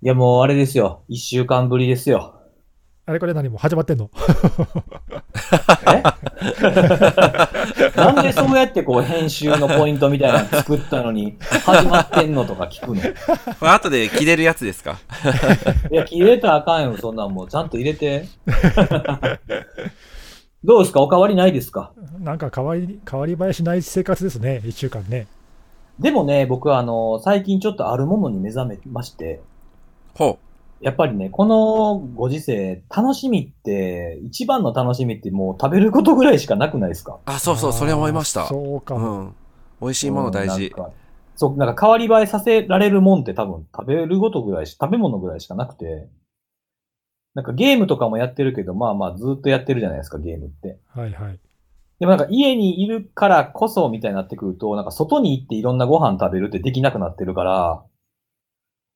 いや、もうあれですよ。一週間ぶりですよ。あれこれ何もう始まってんの なんでそうやってこう、編集のポイントみたいなの作ったのに、始まってんのとか聞くの。いこれ後で切れるやつですかや、入れたらあかんよ、そんなんもう。ちゃんと入れて。どうですかお変わりないですかなんか変わり、変わり映えしない生活ですね、一週間ね。でもね、僕はあの、最近ちょっとあるものに目覚めまして、ほやっぱりね、このご時世、楽しみって、一番の楽しみってもう食べることぐらいしかなくないですかう。あ、そうそう、それ思いましあた。ーうそうかも。ん。美味しいもの大事。うんなんかそう、なんか変わり映えさせられるもんって多分食べることぐらいし、食べ物ぐらいしかなくて、なんかゲームとかもやってるけど、まあまあずっとやってるじゃないですか、ゲームって。はいはい。でもなんか家にいるからこそみたいになってくると、なんか外に行っていろんなご飯食べるってできなくなってるから、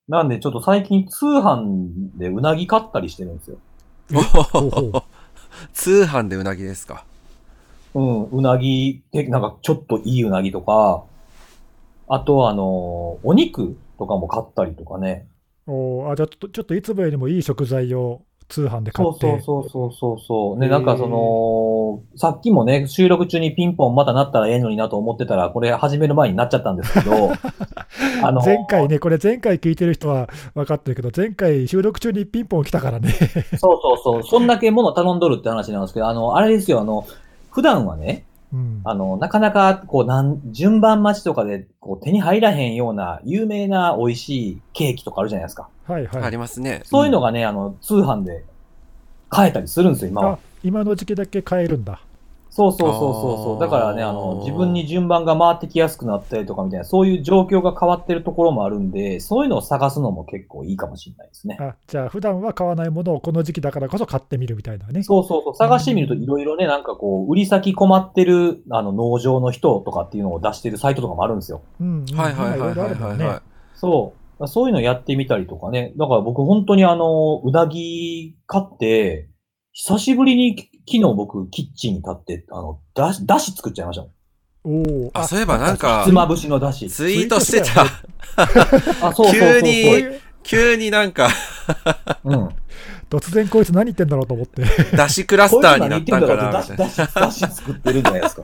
なんでちょっと最近通販でうなぎ買ったりしてるんですよ。うんほうほう通販でうなぎですか。うん、うなぎ、え、なんかちょっといいうなぎとか、あとあの、お肉とかも買ったりとかね。おーあじゃあちょっと、ちょっといつもよりもいい食材を通販で買そうって。そうそうそうそうそう。ね、なんへかーその、さっきもね、収録中にピンポンまたなったらええのになと思ってたら、これ始める前になっちゃったんですけ ど、あの、前回ね、これ前回聞いてる人は分かってるけど、前回収録中にピンポン来たからね。 そうそうそう、そんだけ物頼んどるって話なんですけど、あの、あれですよ、あの、普段はね、うん。あの、なかなか、こう、なん、順番待ちとかで、こう、手に入らへんような、有名な美味しいケーキとかあるじゃないですか。はいあはりい。ますね。そういうのがね、あの、通販で買えたりするんですよ、今はあ。今の時期だけ買えるんだ。そうそうそうそうそう。あだーからね、あの、自分に順番が回ってきやすくなったりとかみたいな、そういう状況が変わってるところもあるんで、そういうのを探すのも結構いいかもしれないですね。あじゃあ、普段は買わないものをこの時期だからこそ買ってみるみたいなね。そうそうそう。探してみるといろいろね、なんかこう、売り先困ってる、あの、農場の人とかっていうのを出してるサイトとかもあるんですよ。うん、うん。はいはいまあはいろはろあいるもはんいねはそう。そういうのやってみたりとかね。だから僕本当にあの、うなぎ買って、久しぶりにき昨日僕キッチンに立って、あの、だし、だし作っちゃいましたもん。おお。い。あ、そういえばなんかひつ、まぶしのだし。ツイートしてた。あ、そうそうそうそう。急にこういう急になんか、うん。突然こいつ何言ってんだろうと思って。だしクラスターになったんかな、だみしたいな。だしだし作ってるんじゃないです か。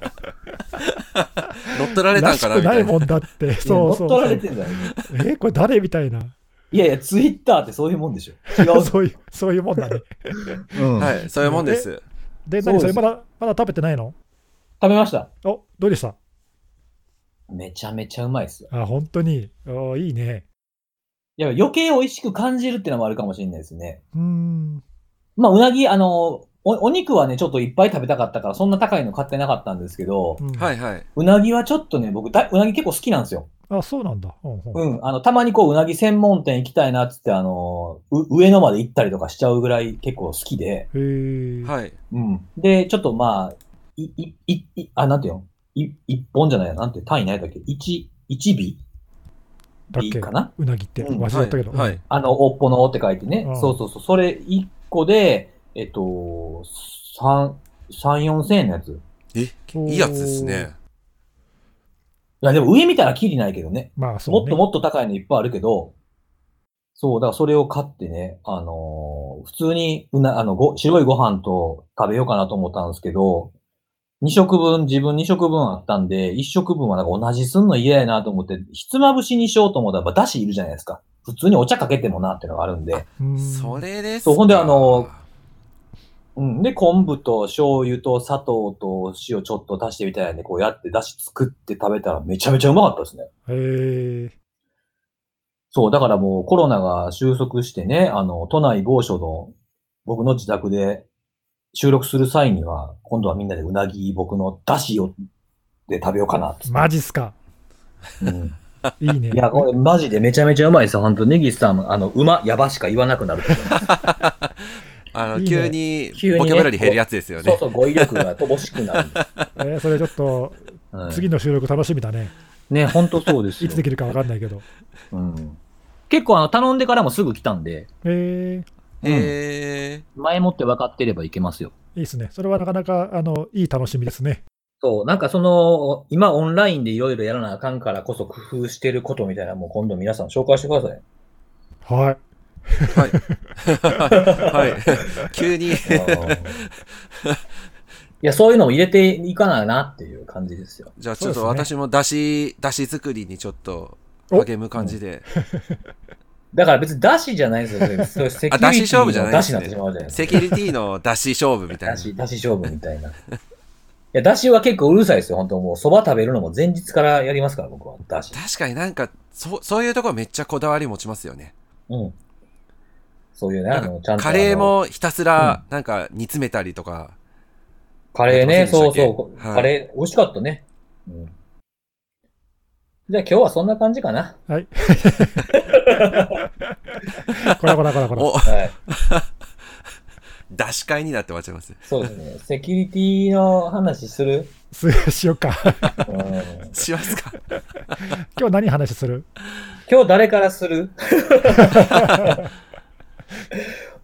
乗っ取られたらんしかな、みくたないいもな。んだって。そうそう乗っ取そられう。てんじゃないえ、これ誰みたいな。いやいや、ツイッターってそういうもんでしょ。違 う。 そういう、そういうもん だね。うんはい、そういうもんです。で、そうです何それまだ、まだ食べてないの食べました。お、どうでしためちゃめちゃうまいっすよ。あ、本当に。おいいね。いや、余計美味しく感じるってのもあるかもしれないですね。うーん。まあ、うなぎ、あの、おお肉はね、ちょっといっぱい食べたかったから、そんな高いの買ってなかったんですけど、うんはいはい。うなぎはちょっとね、僕、だうなぎ結構好きなんですよ。あ、そうなんだ。うんうんうん。あの、たまにこう、うなぎ専門店行きたいなっつって、あの、う上野まで行ったりとかしちゃうぐらい結構好きで、へーはい。うん。で、ちょっとまあ、い、い、い、いあ、なんていうのい、一本じゃないやなんて単位ないだっけ一、一尾だっいいけかなうなぎってうん忘れちゃったけど。はいはいあの、おっぽのおって書いてね。うんそうそうそう。それ一個で、えっと、三、三、四千円のやつ。いえ、いうんいやつですね。や、でも上見たらキリないけどね。まあ、そう、ね。もっともっと高いのいっぱいあるけど、そう、だからそれを買ってね、あのー普通にうな、あの、ご、白いご飯と食べようかなと思ったんですけど、2食分、自分2食分あったんで、1食分はなんか同じすんの嫌やなと思って、ひつまぶしにしようと思ったら、やっぱだしいるじゃないですか。普通にお茶かけてもなっていうのがあるんで。うーんそれですか。そうほんであのうん。で、昆布と醤油と砂糖と塩ちょっと足してみたいなんで、こうやってだし作って食べたらめちゃめちゃうまかったですね。へーそう、だからもうコロナが収束してね、あの、都内某所の僕の自宅で収録する際には、今度はみんなでうなぎ、僕のだしを、で食べようかなっつって。マジっすか。うんいいね。 いや、これマジでめちゃめちゃうまいですよ、ほんと。ネギスさん、あの、うま、やばしか言わなくなる。いいあの、ね急に急にねボキャブラリー減るやつですよそうね。そう、語彙力が乏しくなる。えーそれちょっ と、うん、次の収録楽しみだね。ね、ほんとそうですいよつ。できるか分かんないけど。うん、結構あの、頼んでからもすぐ来たんで、えうんえ前もって分かってればいけますよ。ー、いいですね。それはなかなか、あの、いい楽しみですね。そう、なんかその、今オンラインでいろいろやらなあかんからこそ工夫してることみたいな、もう今度皆さん紹介してください。はい。はい。はい。急に。うんいや、そういうのも入れていかないなっていう感じですよ。じゃあちょっとそうです私も出汁、出汁作りにちょっとお励む感じで。だから別に出しじゃないですよそれ。それセキュリティあ出し勝負じゃない出でしすになねってしまうじゃないですか。セキュリティの出汁勝負みたい出な。し、出し勝負みたいな。いや、出しは結構うるさいですよ。本当もう、蕎麦食べるのも前日からやりますから、僕は。出し。確かになんか、そう、そういうところめっちゃこだわり持ちますよね。うん。そういうね、なあんかの、ちゃんとあカの。レーもひたすら、なんか煮詰めたりとか。カレーね、やってませそんうでしたっけそう。はいカレー、美味しかったね。うん。じゃあ今日はそんな感じかな。はい。こらこらこらこら。お、はい。出汁会になって終わっちゃ います。そうです ね。セキュリティの話する。すしよっか。 うん、しますか。今日何話する今日誰からす る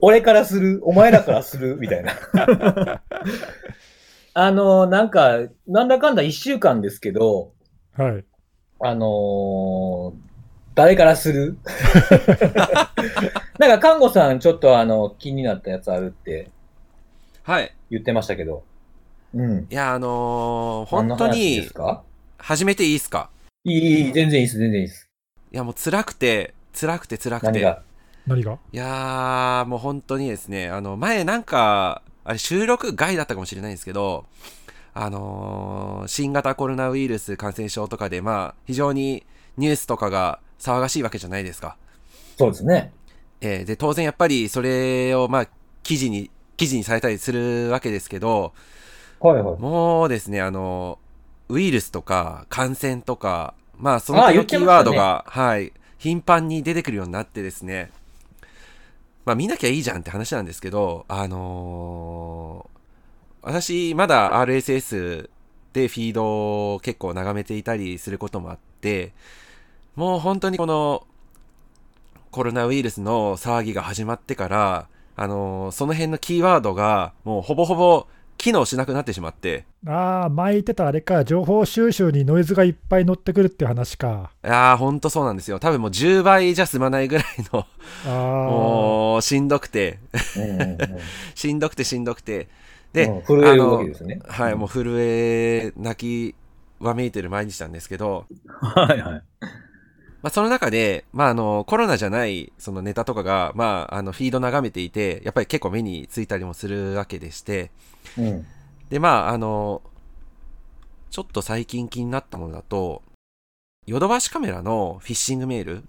俺からするお前らからするみたいな。 あの、なんか、なんだかんだ一週間ですけど、はい。あのー誰からする なんか、看護さん、ちょっとあの、気になったやつあるってはい。言ってましたけど。うん。いや、あのー何本の当話でにす、か始めていいですかいい、いい、全然いいです、全然いいです。いや、もう辛くて、辛くて辛く何て。が。何がいやー、もう本当にですね、あの、前なんか、あれ収録外だったかもしれないんですけど、あのー新型コロナウイルス感染症とかで、まあ、非常にニュースとかが騒がしいわけじゃないですか。そうですね。えーで、当然やっぱりそれを、まあ、記事に、記事にされたりするわけですけど、はいはい。もうですね、あの、ウイルスとか感染とか、まあそあのあ手言っのてキまーしたねワードが、はい、頻繁に出てくるようになってですね、まあ見なきゃいいじゃんって話なんですけど、あのー私まだ RSS でフィードを結構眺めていたりすることもあって、もう本当にこのコロナウイルスの騒ぎが始まってから、あのーその辺のキーワードがもうほぼほぼ機能しなくなってしまって、ああ、巻いてたあれか、情報収集にノイズがいっぱい乗ってくるっていう話か。いやー、ほんとそうなんですよ。多分もう10倍じゃ済まないぐらいの、あもう、しんどくて、 うんうんうんしんどくてしんどくて。で、うん震えるわけですね。はい、もう震え、泣き、わめいてる毎日なんですけど、うん。はいはい。まあ、その中で、まあ、あの、コロナじゃない、そのネタとかが、まあ、あの、フィード眺めていて、やっぱり結構目についたりもするわけでして、うん。で、まあ、あの、ちょっと最近気になったものだと、ヨドバシカメラのフィッシングメール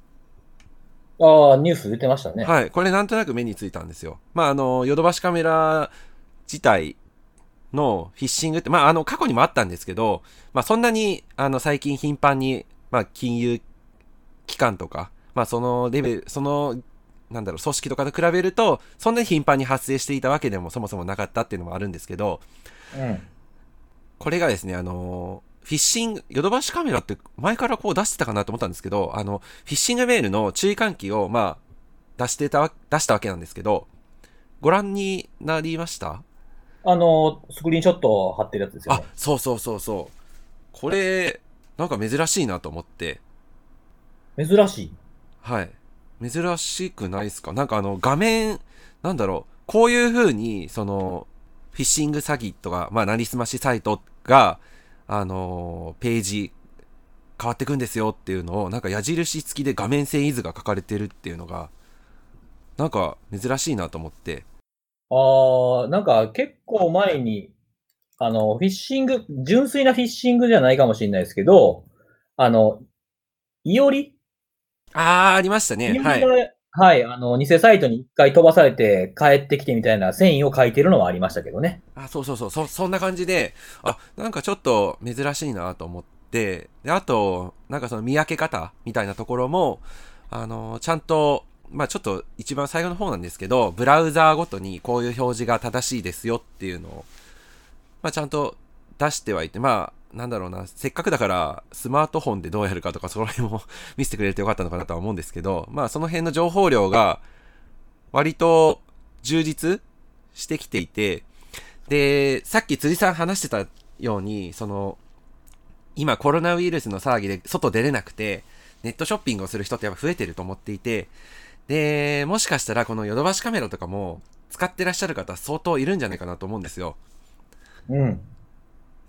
ああ、ニュース出てましたね。はい。これなんとなく目についたんですよ。まあ、あの、ヨドバシカメラ自体のフィッシングって、まあ、あの、過去にもあったんですけど、まあ、そんなに、あの、最近頻繁に、まあ、金融機関とか、まあ、そのレベル、その、なんだろう、組織とかと比べると、そんなに頻繁に発生していたわけでもそもそもなかったっていうのもあるんですけど、うん。これがですね、あの、フィッシング、ヨドバシカメラって前からこう出してたかなと思ったんですけど、あの、フィッシングメールの注意喚起を、まあ、出してたわ、出したわけなんですけど、ご覧になりましたあの、スクリーンショットを貼ってるやつですよあね。、そうそうそうそう。これ、なんか珍しいなと思って、珍しい。はい。珍しくないですかなんかあの、画面、なんだろう、こういう風に、その、フィッシング詐欺とか、まあ、なりすましサイトが、あのーページ、変わってくんですよっていうのを、なんか矢印付きで画面遷移図が書かれてるっていうのが、なんか珍しいなと思って。ああ、なんか結構前に、あの、フィッシング、純粋なフィッシングじゃないかもしれないですけど、あの、いおりあー、ありましたいね。おりはい。がはい、あの、偽サイトに一回飛ばされて帰ってきてみたいな繊維を書いてるのはありましたけどね。あ、そうそうそう、そ、そんな感じで、あ、なんかちょっと珍しいなと思って、で、あと、なんかその見分け方みたいなところも、あの、ちゃんと、まあちょっと一番最後の方なんですけど、ブラウザーごとにこういう表示が正しいですよっていうのを、まあちゃんと出してはいて、まあ、なんだろうな、せっかくだからスマートフォンでどうやるかとか、その辺も 見せてくれてよかったのかなとは思うんですけど、まあその辺の情報量が、割と充実してきていて、で、さっき辻さん話してたように、その、今コロナウイルスの騒ぎで外出れなくて、ネットショッピングをする人ってやっぱ増えてると思っていて、で、もしかしたらこのヨドバシカメラとかも使ってらっしゃる方相当いるんじゃないかなと思うんですよ。うん。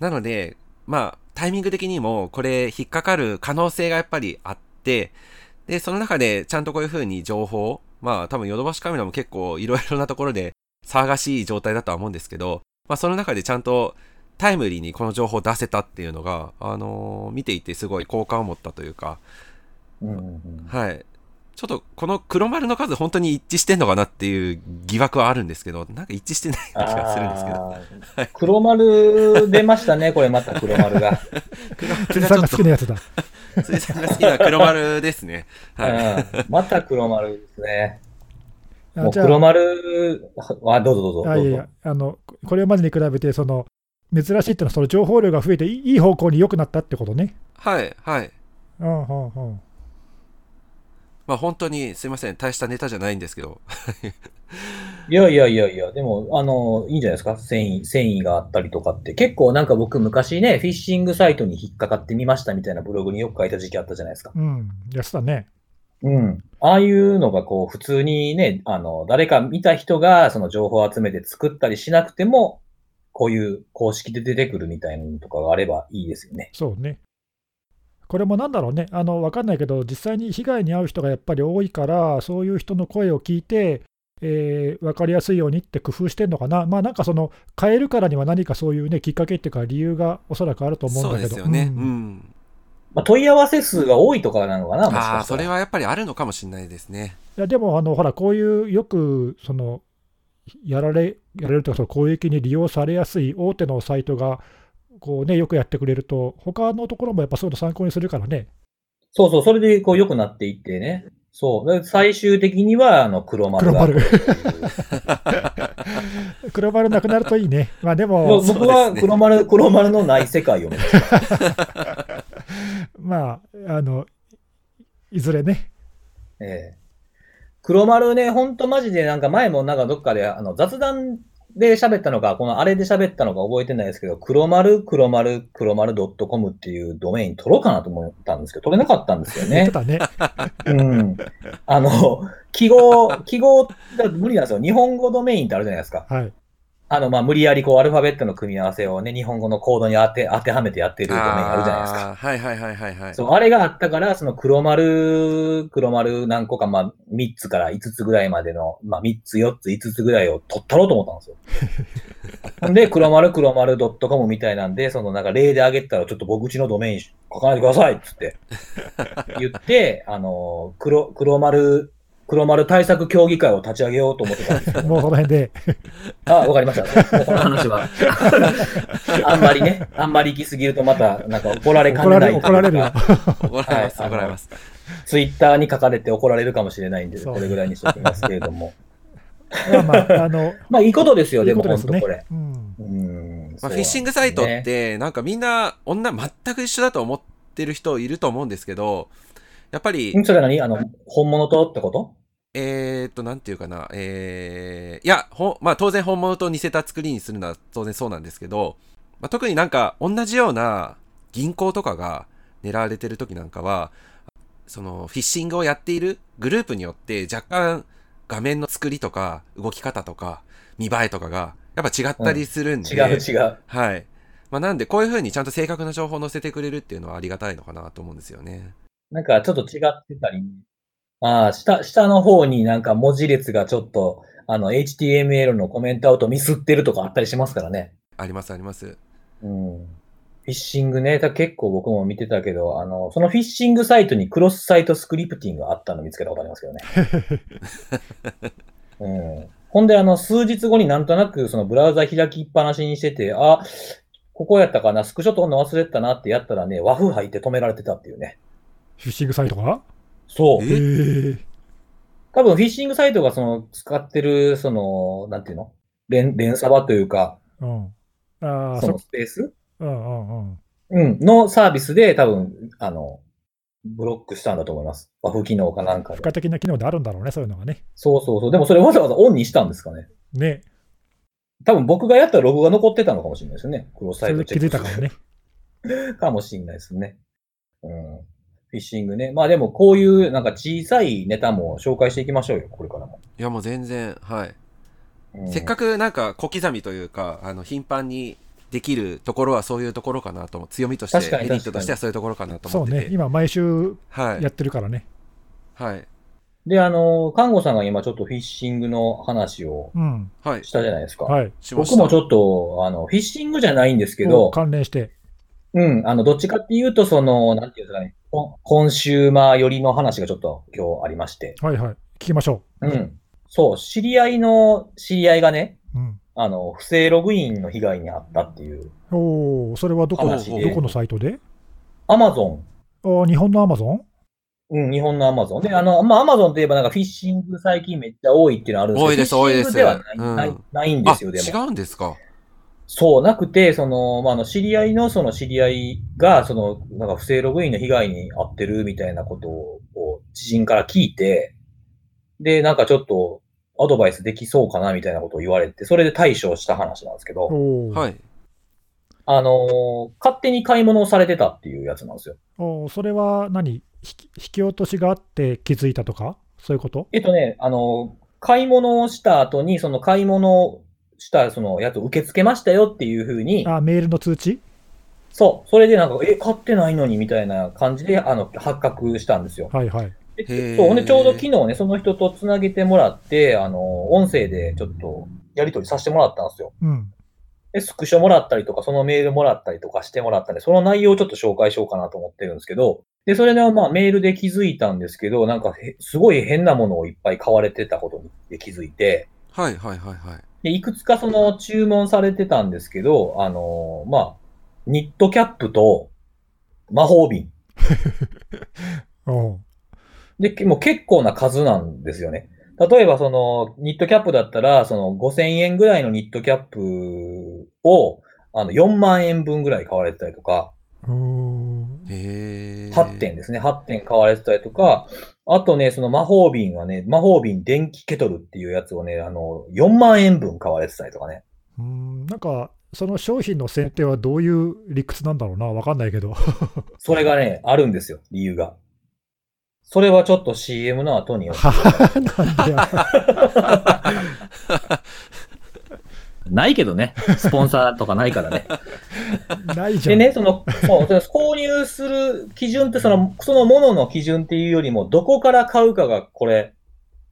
なので、まあ、タイミング的にもこれ引っかかる可能性がやっぱりあって、で、その中でちゃんとこういう風に情報、まあ多分ヨドバシカメラも結構いろいろなところで騒がしい状態だとは思うんですけど、まあその中でちゃんとタイムリーにこの情報を出せたっていうのが、あのー見ていてすごい好感を持ったというか、うんうんうん、はい。ちょっとこの黒丸の数本当に一致してんのかなっていう疑惑はあるんですけど、なんか一致してないような気がするんですけど。あー黒丸出ましたね、これまた黒丸が。辻さんが好きなやつだ。辻さんが好きな黒丸ですね。 はい。うん、また黒丸ですね。もあうじゃあ黒丸、あ、どうぞどうぞ。あいやいやあの、ここれまでに比べて、その珍しいっていうのは、その情報量が増えていい、いい方向に良くなったってことね。はい、はい。うんうんうん、まあ本当にすいません。大したネタじゃないんですけど。いやいやいやいや、でも、あの、いいんじゃないですか繊維、繊維があったりとかって。結構なんか僕昔ね、フィッシングサイトに引っかかってみましたみたいなブログによく書いた時期あったじゃないですか。うん、やつだね。うん。ああいうのがこう、普通にね、あの、誰か見た人がその情報を集めて作ったりしなくても、こういう公式で出てくるみたいなのとかがあればいいですよね。そうね。これもなんだろうね、あの分かんないけど、実際に被害に遭う人がやっぱり多いから、そういう人の声を聞いて、え分かりやすいようにって工夫してんのかな、まあなんかその、変えるからには何かそういうね、きっかけっていうか、理由がおそらくあると思うんそうだけでど。すよね。ううんん。まあ、問い合わせ数が多いとかなのかなもしかしたらああ、それはやっぱりあるのかもしれないですね。いやでもあの、ほら、こういうよくそのやられやられるというか、その攻撃に利用されやすい大手のサイトがこう、ね、よくやってくれると、他のところもやっぱそういうの参考にするからね、そうそう、それでこう良くなっていってね。そう。で最終的には、あの、黒丸黒 が。丸、黒丸なくなるといいね、まあでももう、そう僕はですね黒丸、黒丸のない世界を目指す。まああの、いずれね、ええ黒丸ね、ほんとマジでなんか前もなんかどっかであの雑談で喋ったのか、このあれで喋ったのか覚えてないですけど、黒丸、黒丸、黒丸 .com っていうドメイン取ろうかなと思ったんですけど、取れなかったんですよ言 ってね。たね、うん。あの、記号、記号、無理なんですよ。日本語ドメインってあるじゃないですか。はい、あの、まあ、無理やりこう、アルファベットの組み合わせをね、日本語のコードに当て、当てはめてやってるドメインあるじゃないですか。あーはいはいはいはいはい。そう、あれがあったから、その黒丸、黒丸何個か、まあ、3つから5つぐらいまでの、まあ、3つ、4つ、5つぐらいを取ったろうと思ったんですよ。で、黒丸、黒丸 .com みたいなんで、そのなんか例であげてたら、ちょっと僕うちのドメイン書かないでくださいっつって、言って、あの、黒、黒丸、黒丸対策協議会を立ち上げようと思ってたんですよもうその辺で、あ、わかりました。も うこの話は。あんまりね、あんまり行き過ぎるとまた、なんか怒られか怒ねらなれい。怒られるよ。怒られます、はい怒られます。ツイッターに書かれて怒られるかもしれないんで、そうこれぐらいにしておきますけれども。 まあまあ、あのまあ、いいことですよ、いでいこも、とで本す当ねこれ。。うんうーん。まそうなあ、んフィッシングサイトっですね。て、なんかみんな、女全く一緒だと思ってる人いると思うんですけど、やっぱりう、んそれ何あの、本物とってことえーっと、なんていうかな、えー、いや、ほん、まあ当然本物と似せた作りにするのは当然そうなんですけど、まあ、特になんか同じような銀行とかが狙われてる時なんかは、そのフィッシングをやっているグループによって若干画面の作りとか動き方とか見栄えとかがやっぱ違ったりするんで、違う違う。はい。まあなんでこういう風にちゃんと正確な情報を載せてくれるっていうのはありがたいのかなと思うんですよね。なんかちょっと違ってたり、ああ、下、下の方になんか文字列がちょっと、あの、HTML のコメントアウトミスってるとかあったりしますからね。ありますあります。うんフィッシングね、だ結構僕も見てたけど、あの、そのフィッシングサイトにクロスサイトスクリプティングがあったの見つけたことありますけどね。うん、ほんで、あの、数日後になんとなくそのブラウザ開きっぱなしにしてて、あ、ここやったかな、スクショ撮るの忘れてたなってやったらね、和風入って止められてたっていうね。フィッシングサイトがそうえ。えー多分フィッシングサイトがその使ってる、その、なんていうの連、連サバというか、うん、ああ、そそのスペースうんうんうん。うん、のサービスで多分、あの、ブロックしたんだと思います。和風機能かなんかで。付加的な機能であるんだろうね、そういうのがね。そうそうそう。でもそれわざわざオンにしたんですかね。ね、多分僕がやったログが残ってたのかもしれないですよね。クロスそサイれトチで気ェッづクいたからね。かもしれないですね。うん。フィィッシングね。まあでも、こういうなんか小さいネタも紹介していきましょうよ、これからも。いやもう全然、はい。うんせっかくなんか小刻みというか、あの、頻繁にできるところはそういうところかなと思う。強みとして、確かにメリットとしてはそういうところかなとそ思うってねて。、今、毎週はやい。ってるからね。はい。で、あの、看護さんが今ちょっとフィッシングの話をうん。はい。したじゃないですか。はい。しまし僕た。もちょっと、あの、フィッシングじゃないんですけをど、関連して。うん、あの、どっちかっていうと、その、なんていうんですかね、コンコンシューマー寄りの話がちょっと今日ありまして。はいはい。聞きましょうん。そう、知り合いの知り合いがね、う。うん。あの、不正ログインの被害に遭ったっていう、おお、それはどこ話でどこのサイトでアマゾンあー日本のアマゾンうん、日本のアマゾン。で、あの、まあ、アマゾンといえばなんかフィッシング最近めっちゃ多いっていうのあるんですけど、多いですフィッシング多いでですはない,、うんないないんであ、すよ、で違も。うんですか。そう、なくて、その、まあ、あの、知り合いのその知り合いが、その、なんか不正ログインの被害に遭ってるみたいなことを、こう知人から聞いて、で、なんかちょっと、アドバイスできそうかなみたいなことを言われて、それで対処した話なんですけど、おお、はい。あのー勝手に買い物をされてたっていうやつなんですよ。おーそれは何引き引き落としがあって気づいたとかそういうことえっとね、あの、買い物をした後に、その買い物をしたそのやつを受け付けましたよっていうふうに、あーメールの通知そう、それでなんか、え、買ってないのにみたいな感じで、あの、発覚したんですよ。はいはい。へーそう、ほんでちょうど昨日ね、その人とつなげてもらって、あの、音声でちょっとやり取りさせてもらったんですよ。うん。で、スクショもらったりとか、そのメールもらったりとかしてもらったんで、その内容をちょっと紹介しようかなと思ってるんですけど、で、それで、まあ、メールで気づいたんですけど、なんかへ、すごい変なものをいっぱい買われてたことに気づいて、はいはいはいはい。で、いくつかその注文されてたんですけど、あのーまあ、ニットキャップと魔法瓶。おーで、けもう結構な数なんですよね。例えばその、ニットキャップだったら、その5000円ぐらいのニットキャップを、あの、4万円分ぐらい買われてたりとか、うーんへえ。 8点。ですね。8点買われてたりとか、あとね、その魔法瓶はね、魔法瓶電気ケトルっていうやつをね、あの、4万円分買われてたりとかね。うーんなんかその商品の選定はどういう理屈なんだろうなわかんないけどそれがね、あるんですよ、理由が。それはちょっと CM の後に。なんだよ ないけどね、スポンサーとかないからね。 ないじでゃん、ね、その、そう、その購入する基準って、その、そのものの基準っていうよりも、どこから買うかが、これ、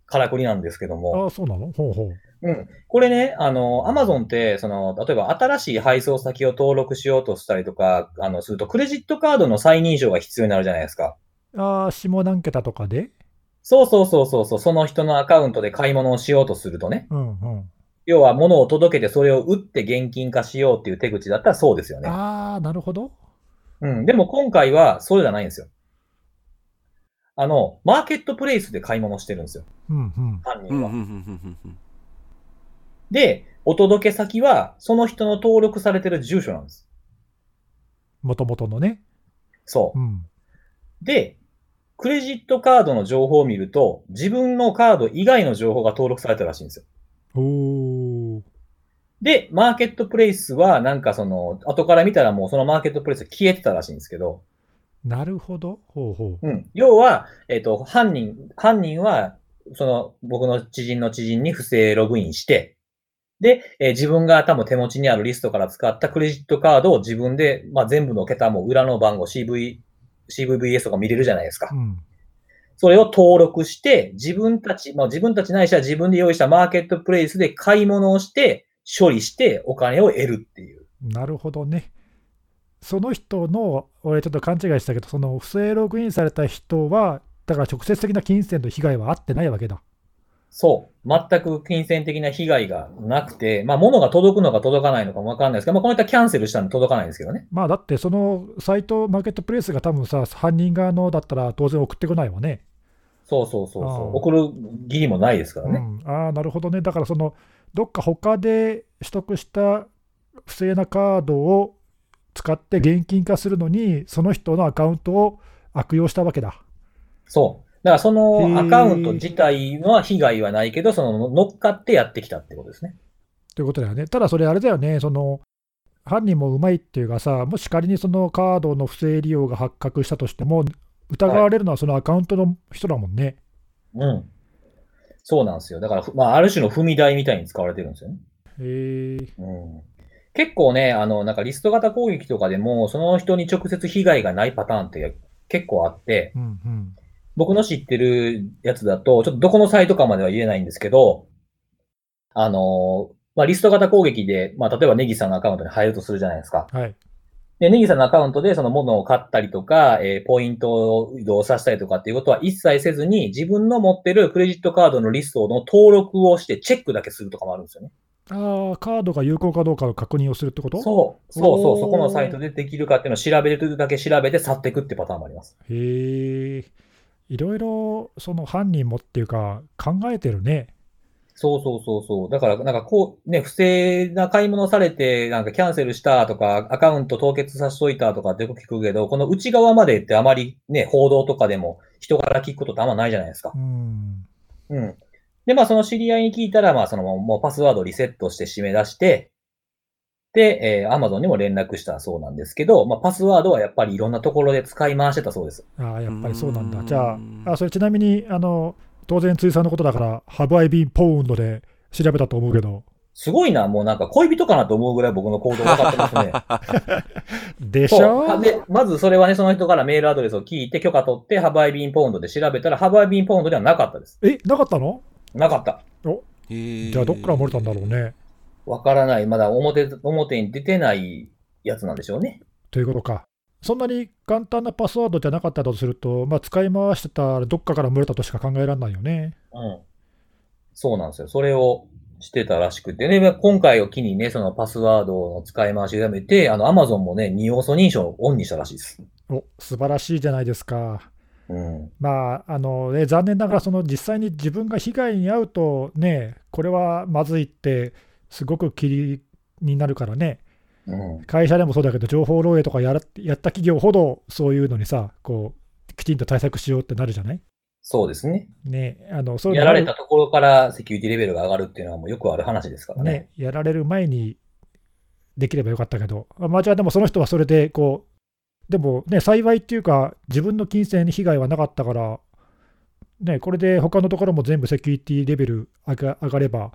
からくりなんですけどあも、あそうなのほうほううん。これね、あの、アマゾンって、その、例えば新しい配送先を登録しようとしたりとか、あの、すると、クレジットカードの再認証が必要になるじゃないですか。ああ下何桁とかでそうそうそうそうそう、その人のアカウントで買い物をしようとするとね。うんうん要は物を届けてそれを売って現金化しようっていう手口だったらそうですよね。ああなるほどうん。でも今回はそうじゃないんですよ。あの、マーケットプレイスで買い物してるんですよ。うんうん犯うん人うんうは。んうんうん で、お届け先はその人の登録されてる住所なんです。もともとのねそうう。んで、クレジットカードの情報を見ると、自分のカード以外の情報が登録されてるらしいんですよ。おおで、マーケットプレイスはなんかその、後から見たらもうそのマーケットプレイス消えてたらしいんですけど、なるほどほうほううん。要は、えっ、と、犯人、犯人は、その、僕の知人の知人に不正ログインして、で、えー自分が多分手持ちにあるリストから使ったクレジットカードを自分で、まあ、全部の桁も裏の番号 CV、CVVS とか見れるじゃないですかう。んそれを登録して、自分たち、まあ、自分たちないしは自分で用意したマーケットプレイスで買い物をして、処理してお金を得るっていう。なるほどね。その人の、俺ちょっと勘違いしたけど、その不正ログインされた人は、だから直接的な金銭の被害はあってないわけだ。そう。全く金銭的な被害がなくて、まあ、物が届くのか届かないのかもわかんないですけど、まあ、この人はキャンセルしたんで届かないんですけどね。まあだって、そのサイト、マーケットプレイスが多分さ、犯人側のだったら当然送ってこないわね。そうそうそうああそう。送る義理もないですからうね。ん、ああ、なるほどね。だから、その、どっか他で取得した不正なカードを使って現金化するのに、その人のアカウントを悪用したわけだ。そう。だからそのへえアカウント自体は被害はないけど、その乗っかってやってきたってことですね。ということだよね。ただそれあれだよね、その犯人もうまいっていうかさ、もし仮にそのカードの不正利用が発覚したとしても、疑われるのはそのアカウントの人だもんね。うん。そうなんですよ。だから、ふまあ、ある種の踏み台みたいに使われてるんですよね。えーうん。結構ね、あの、なんかリスト型攻撃とかでも、その人に直接被害がないパターンって結構あって、うんうん、僕の知ってるやつだと、ちょっとどこのサイトかまでは言えないんですけど、あの、まあ、リスト型攻撃で、まあ、例えばネギさんのアカウントに入るとするじゃないですか。はい。で、ネギさんのアカウントでその物を買ったりとか、えーポイントを移動させたりとかっていうことは一切せずに、自分の持ってるクレジットカードのリストの登録をしてチェックだけするとかもあるんですよね。ああ、カードが有効かどうかの確認をするってことそう、そうそおーう、そこのサイトでできるかっていうのを調べるだけ調べて去っていくってパターンもあります。へえ、いろいろその犯人もっていうか、考えてるね。そうそうそうそう。だから、なんかこう、ね、不正な買い物されて、なんかキャンセルしたとか、アカウント凍結させといたとかってよく聞くけど、この内側までってあまりね、報道とかでも人から聞くことってあんまないじゃないですかう。ん。うん。で、まあ、その知り合いに聞いたら、まあ、その、もうパスワードをリセットして締め出して、で、えー、Amazon にも連絡したそうなんですけど、まあ、パスワードはやっぱりいろんなところで使い回してたそうです。ああ、やっぱりそうなんうだ。んじゃあ、あそれちなみに、あの、当然、辻さんのことだから、ハブアイビンポウンドで調べたと思うけど、すごいな、もうなんか恋人かなと思うぐらい僕の行動分かってますね。でしそうはょで、まずそれはね、その人からメールアドレスを聞いて許可取って、ハバイビンポンドで調べたら、ハバイビンポンドではなかったです。え、なかったのなかった。じゃあ、どっから漏れたんだろ う。ね。わからない。まだ表、表に出てないやつなんでしょうね。ということか。そんなに簡単なパスワードじゃなかったとすると、まあ、使い回してたらどっかから漏れたとしか考えられないよね。うん。そうなんですよ。それをしてたらしくてね、今回を機にね、そのパスワードの使い回しをやめて、あの、アマゾンもね、二要素認証をオンにしたらしいです。お素晴らしいじゃないですか。うん。まああのね、残念ながら、その実際に自分が被害に遭うと、ね、これはまずいって、すごく気になるからね、うん。会社でもそうだけど、情報漏洩とかやらやった企業ほど、そういうのにさこう、きちんと対策しようってなるじゃないそうですね。ねあのそういうやのがらあるれたところからセキュリティレベルが上がるっていうのはもうよくある話ですからねね、やられる前にできればよかったけど、まあ、じゃあでもその人はそれでこう、でもね、幸いっていうか、自分の金銭に被害はなかったから、ね、これで他のところも全部セキュリティレベル上が上がれば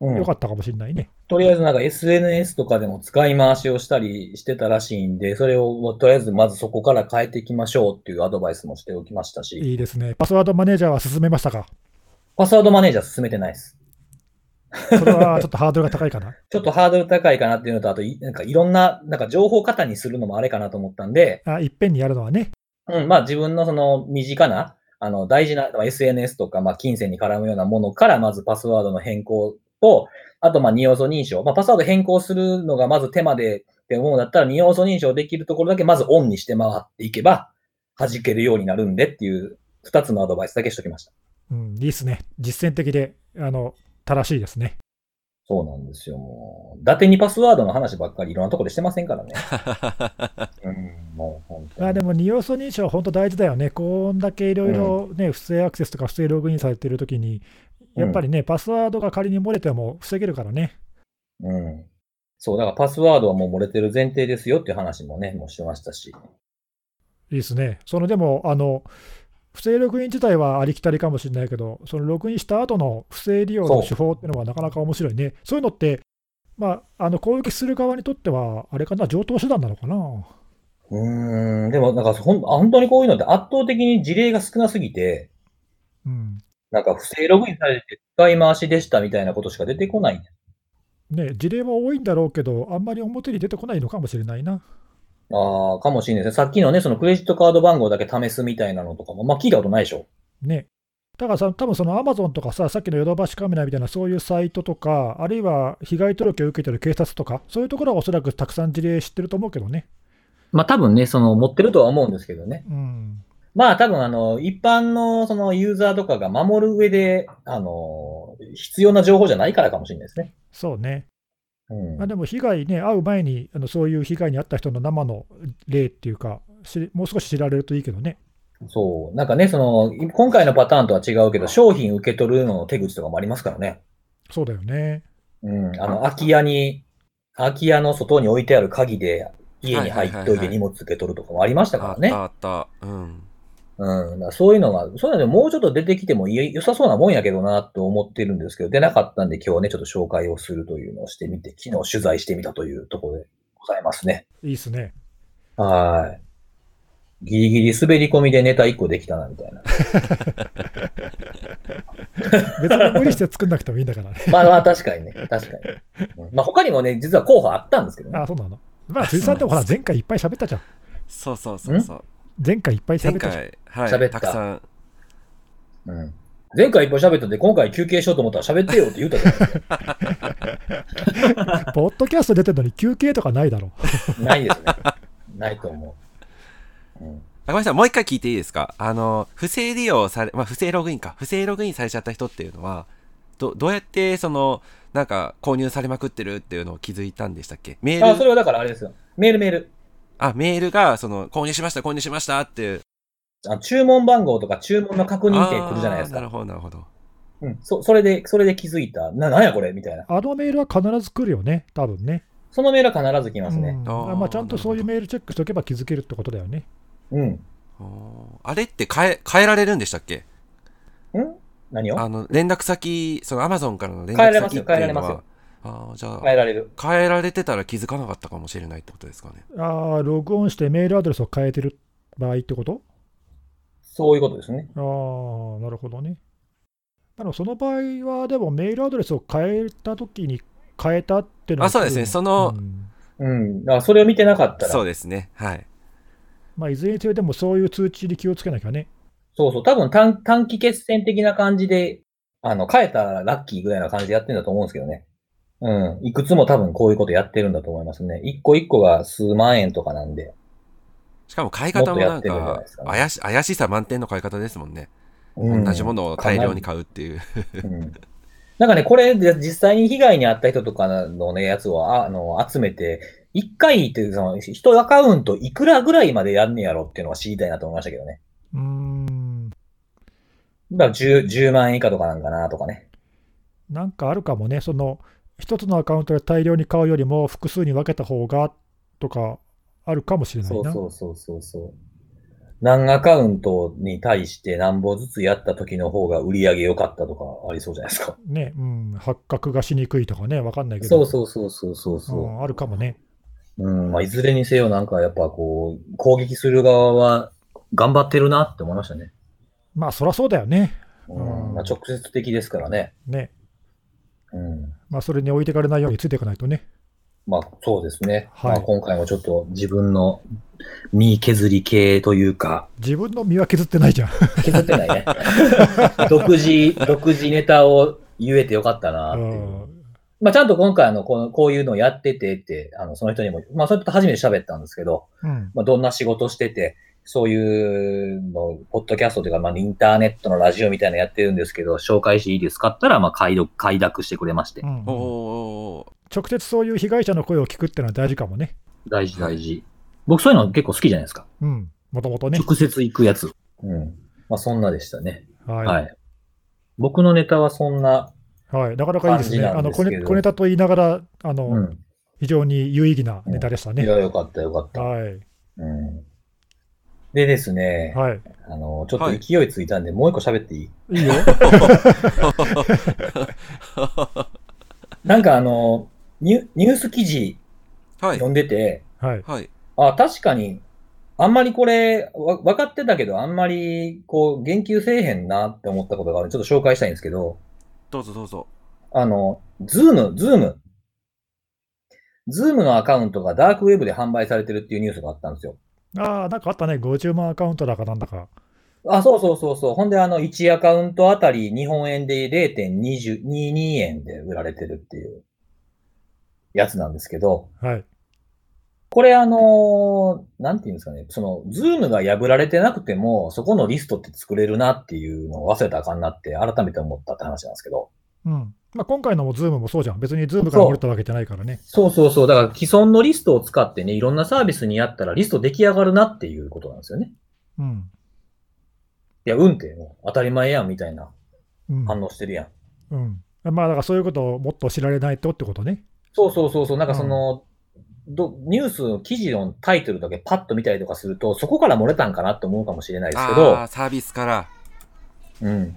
うんよかったかもしれないね。とりあえずなんか SNS とかでも使い回しをしたりしてたらしいんで、それをとりあえずまずそこから変えていきましょうっていうアドバイスもしておきましたし、いいですね。パスワードマネージャーは進めましたかパスワードマネージャー進めてないです。それはちょっとハードルが高いかな。ちょっとハードル高いかなっていうのと、あとい、なんかいろんな、なんか情報型にするのもあれかなと思ったんで、あいっぺんにやるのはね。うん、まあ自分のその身近な、あの大事なまあ SNS とか、まあ金銭に絡むようなものから、まずパスワードの変更と、あとまあ二要素認証。まあパスワード変更するのがまず手間でって思うんだったら、二要素認証できるところだけまずオンにして回っていけば、弾けるようになるんでっていう二つのアドバイスだけしときました。うん、いいですね。実践的で、あの、正しいですね。そうなんですよ、もう。伊達にパスワードの話ばっかりいろんなところでしてません からね。うん、もう本当まあにで。も二要素認証、本当大事だよね、こんだけいろいろね不正アクセスとか不正ログインされてるときに、やっぱりね、パスワードが仮に漏れても防げるからね、うん。そう、だからパスワードはもう漏れてる前提ですよっていう話もね、もうしてましたし。いいですね、そのでも、あの不正ログイン自体はありきたりかもしれないけど、そのログインした後の不正利用の手法っていうのはなかなか面白いね、そういうのって、まあ、あの攻撃する側にとっては、あれかな、上等手段なのかな。うーん、でもなんかほん、あ本当にこういうのって圧倒的に事例が少なすぎて、うんなんか不正ログインされて使い回しでしたみたいなことしか出てこない。ね、事例は多いんだろうけど、あんまり表に出てこないのかもしれないな。ああ、かもしれないですね。さっきのね、そのクレジットカード番号だけ試すみたいなのとかも、まあ聞いたことないでしょ。ね。だからさ、多分そのアマゾンとかさ、さっきのヨドバシカメラみたいな、そういうサイトとか、あるいは被害届を受けてる警察とか、そういうところはおそらくたくさん事例知ってると思うけどね。まあ多分ね、その持ってるとは思うんですけどね。うん。まあ多分あの、一般のそのユーザーとかが守る上で、あの、必要な情報じゃないからかもしれないですね。そうね。うんまあ、でも被害ね、会う前にあの、そういう被害に遭った人の生の例っていうか、しもう少し知られるといいけどね。そう。なんかね、その、い今回のパターンとは違うけど、商品受け取るのの手口とかもありますからね。そうだよね。うん。あの、空き家に、空き家の外に置いてある鍵で、家に入っはいといはいはていはい荷物受け取るとかもありましたかあらっねた。あった。うん。うん、だからそういうのが、そういうのでもうちょっと出てきてもいい良さそうなもんやけどなと思ってるんですけど、出なかったんで今日ね、ちょっと紹介をするというのをしてみて、昨日取材してみたというところでございますね。いいっすね。はい。ギリギリ滑り込みでネタ1個できたな、みたいな。別に無理して作んなくてもいいんだからね。まあまあ、確かにね。確かに。うんまあ他にもね、実は候補あったんですけどね。あ、そうなの。まあ、辻さんってほら、前回いっぱい喋ったじゃん。そうそうそうそう。前回いっぱい喋前ったじゃん。回、は喋っい、たたくさん。うん。前回いっぱい喋ったんで、今回休憩しようと思ったら喋ってよって言ったじゃないですかポッドキャスト出てるのに休憩とかないだろ。ない ですね。ないと思う。うん、あごめんなさい、もう一回聞いていいですかあの、不正利用され、まあ、不正ログインか。不正ログインされちゃった人っていうのは、ど、どうやって、その、なんか、購入されまくってるっていうのを気づいたんでしたっけメあーそル、れはだからあれですよ。メールメール。あメールが、その、購入しました、購入しましたっていう。あ注文番号とか注文の確認点来るじゃないですあーなか。るほど、なるほど。うん、そそれで、それで気づいた。な、なんやこれみたいな。あのメールは必ず来るよね、多分ね。そのメールは必ず来うますね。ん、あーあまあちゃんとそういうメールチェックしておけば気づけるってことだよね。うん。おーあれって変え、変えられるんでしたっけん何をあの、連絡先、その、アマゾンからの連変え絡られます先よって変いえられうまのすはよ、ああー、じゃ変えられる。あ、変えられてたら気づかなかったかもしれないってことですかね。ああ、ログオンしてメールアドレスを変えてる場合ってことそういうことですね。ああ、なるほどね。あのその場合は、でもメールアドレスを変えたときに変えたっていうのはあそうですね来るそのうんうん。だからそれを見てなかったら。そうですね。はい。まあ、いずれにせよ、でもそういう通知に気をつけなきゃね。そうそう。多分短短期決戦的な感じで、あの、変えたらラッキーぐらいな感じでやってんだと思うんですけどね。うん。いくつも多分こういうことやってるんだと思いますね。一個一個が数万円とかなんで。しかも買い方ももなっんとやってるんじゃないかですかね怪し怪しさ満点の買い方ですもんね、うん同じものを大量に買うっていううんなんかね、これ、で実際に被害に遭った人とかのね、やつを、ああの、集めて、一回っていう、その、人アカウントいくらぐらいまでやんねやろっていうのは知りたいなと思いましたけどね。うーん、だから10、10万円以下とかなんかなとかね。なんかあるかもね、その、一つのアカウントで大量に買うよりも、複数に分けた方がとか、あるかもしれないそうな。そうそうそうそう。何アカウントに対して何本ずつやった時の方が売り上げ良かったとかありそうじゃないですか。ね、うん、発覚がしにくいとかね、分かんないけど、そうそうそうそうそううそんあるかもね。う。うん、まあ、いずれにせよなんかやっぱこう、攻撃する側は頑張ってるなって思いましたね。まあ、そらそうだよね。うんうんまあ、直接的ですからね。ね。うん。まあ、それに置いてかれないようについていかないとね。まあ、そうですね。はいまあ、今回もちょっと自分の身削り系というか、自分の身は削ってないじゃん。削ってないね。 独自、独自ネタを言えてよかったなっていううんまあ、ちゃんと今回あのこの、こういうのやっててって、あの、その人にも、まあ、それと初めて喋ったんですけど、うん。まあ、どんな仕事してて、そういうのを、ポッドキャストというか、まあ、インターネットのラジオみたいなのやってるんですけど、紹介していいですかって言ったら、まあ、快読、快諾してくれましてう。んおお直接そういう被害者の声を聞くってのは大事かもね。大事、大事。僕、そういうの結構好きじゃないですか。うん。もともとね。直接行くやつ。うん。まあ、そんなでしたね。はい。はい。僕のネタはそんな、はい、なかなかいいですね。感じなあんのです小けどネ小ネタと言いながら、あの、うん。非常に有意義なネタでしたいね。や、よかった、よかった。はい。うん。でですね、はい。あの、ちょっと勢いついたんで、もう一個喋っていい いいよ。なんかあの、ニュニュース記事はい読んでて、はい。はいあ、確かに、あんまりこれ、わ分かってたけど、あんまり、こう、言及せえへんなって思ったことがある。ちょっと紹介したいんですけど、どうぞどうぞあの、ズーム、ズーム。ズームのアカウントがダークウェブで販売されてるっていうニュースがあったんですよ。ああ、なんかあったね。50万アカウントだかなんだか。あ、そうそうそうそう。ほんで、あの、1アカウントあたり日本円で0.22円で売られてるっていうやつなんですけど、はい。これあのーなんて言うんですかね、その、ズームが破られてなくても、そこのリストって作れるなっていうのを忘れたらあかんなって改めて思ったって話なんですけど。うん。まあ、今回のも Zoom もそうじゃん。別に Zoom から漏れたわけじゃないからね。そうそうそう。だから既存のリストを使ってね、いろんなサービスにやったらリスト出来上がるなっていうことなんですよね。うん。いや、うんって、もう当たり前やんみたいなうん。反応してるやん。うん。まあ、だからそういうことをもっと知られないとってことね。そうそうそうそう。なんかその、どニュースの記事のタイトルだけパッと見たりとかすると、そこから漏れたんかなって思うかもしれないですけどあ、ーサービスから。うん。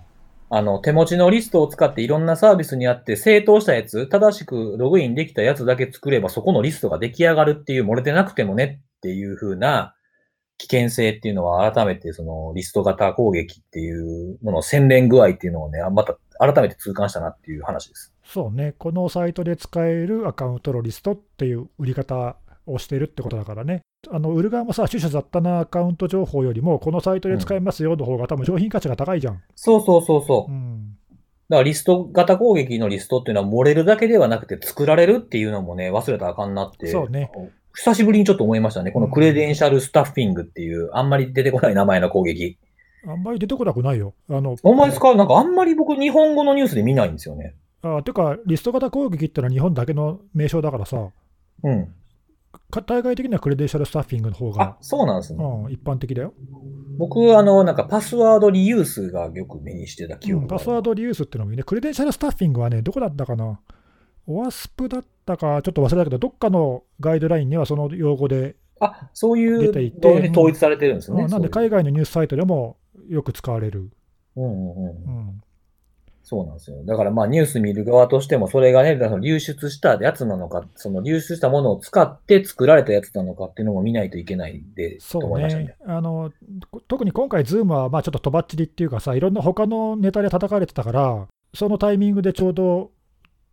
あの、手持ちのリストを使っていろんなサービスにあって、正当したやつ、正しくログインできたやつだけ作れば、そこのリストが出来上がるっていう、漏れてなくてもねっていう風な危険性っていうのは、改めてそのリスト型攻撃っていうものの洗練具合っていうのをね、また改めて痛感したなっていう話です。そうね、このサイトで使えるアカウントのリストっていう売り方をしてるってことだからね、あの売る側もさ、取捨雑多なアカウント情報よりも、このサイトで使えますよの方が、多分商品価値が高いじゃん。そうそうそうそうう。ん、だからリスト型攻撃のリストっていうのは漏れるだけではなくて作られるっていうのもね、忘れたらあかんなって。そうね。久しぶりにちょっと思いましたね。このクレデンシャルスタッフィングっていう、あんまり出てこない名前の攻撃。あんまり出てこなくないよ。あのお前ですかなんかあんまり僕日本語のニュースで見ないんですよね。あてか、リスト型攻撃ってのは日本だけの名称だからさ、うん。か対外的にはクレデンシャルスタッフィングの方あが、、そうなんですね。うん、一般的だよ、僕、あの、なんかパスワードリユースがよく目にしてた記う憶んがあるパスワードリユースってのもいいね。クレデンシャルスタッフィングはね、どこだったかな。オアスプだったか、ちょっと忘れたけど、どっかのガイドラインにはその用語であ、そういう出ていてに統一されてるんですね。うんなんでそうい海う外のニュースサイトでもよく使われる。うんうんうんうん、そうなんですよ。だからまあニュース見る側としても、それがね、だから流出したやつなのか、その流出したものを使って作られたやつなのかっていうのも見ないといけないで、とそ思ういましたねね。あのこ特に今回、ズームはまあちょっととばっちりっていうかさ、いろんな他のネタで叩かれてたから、そのタイミングでちょうど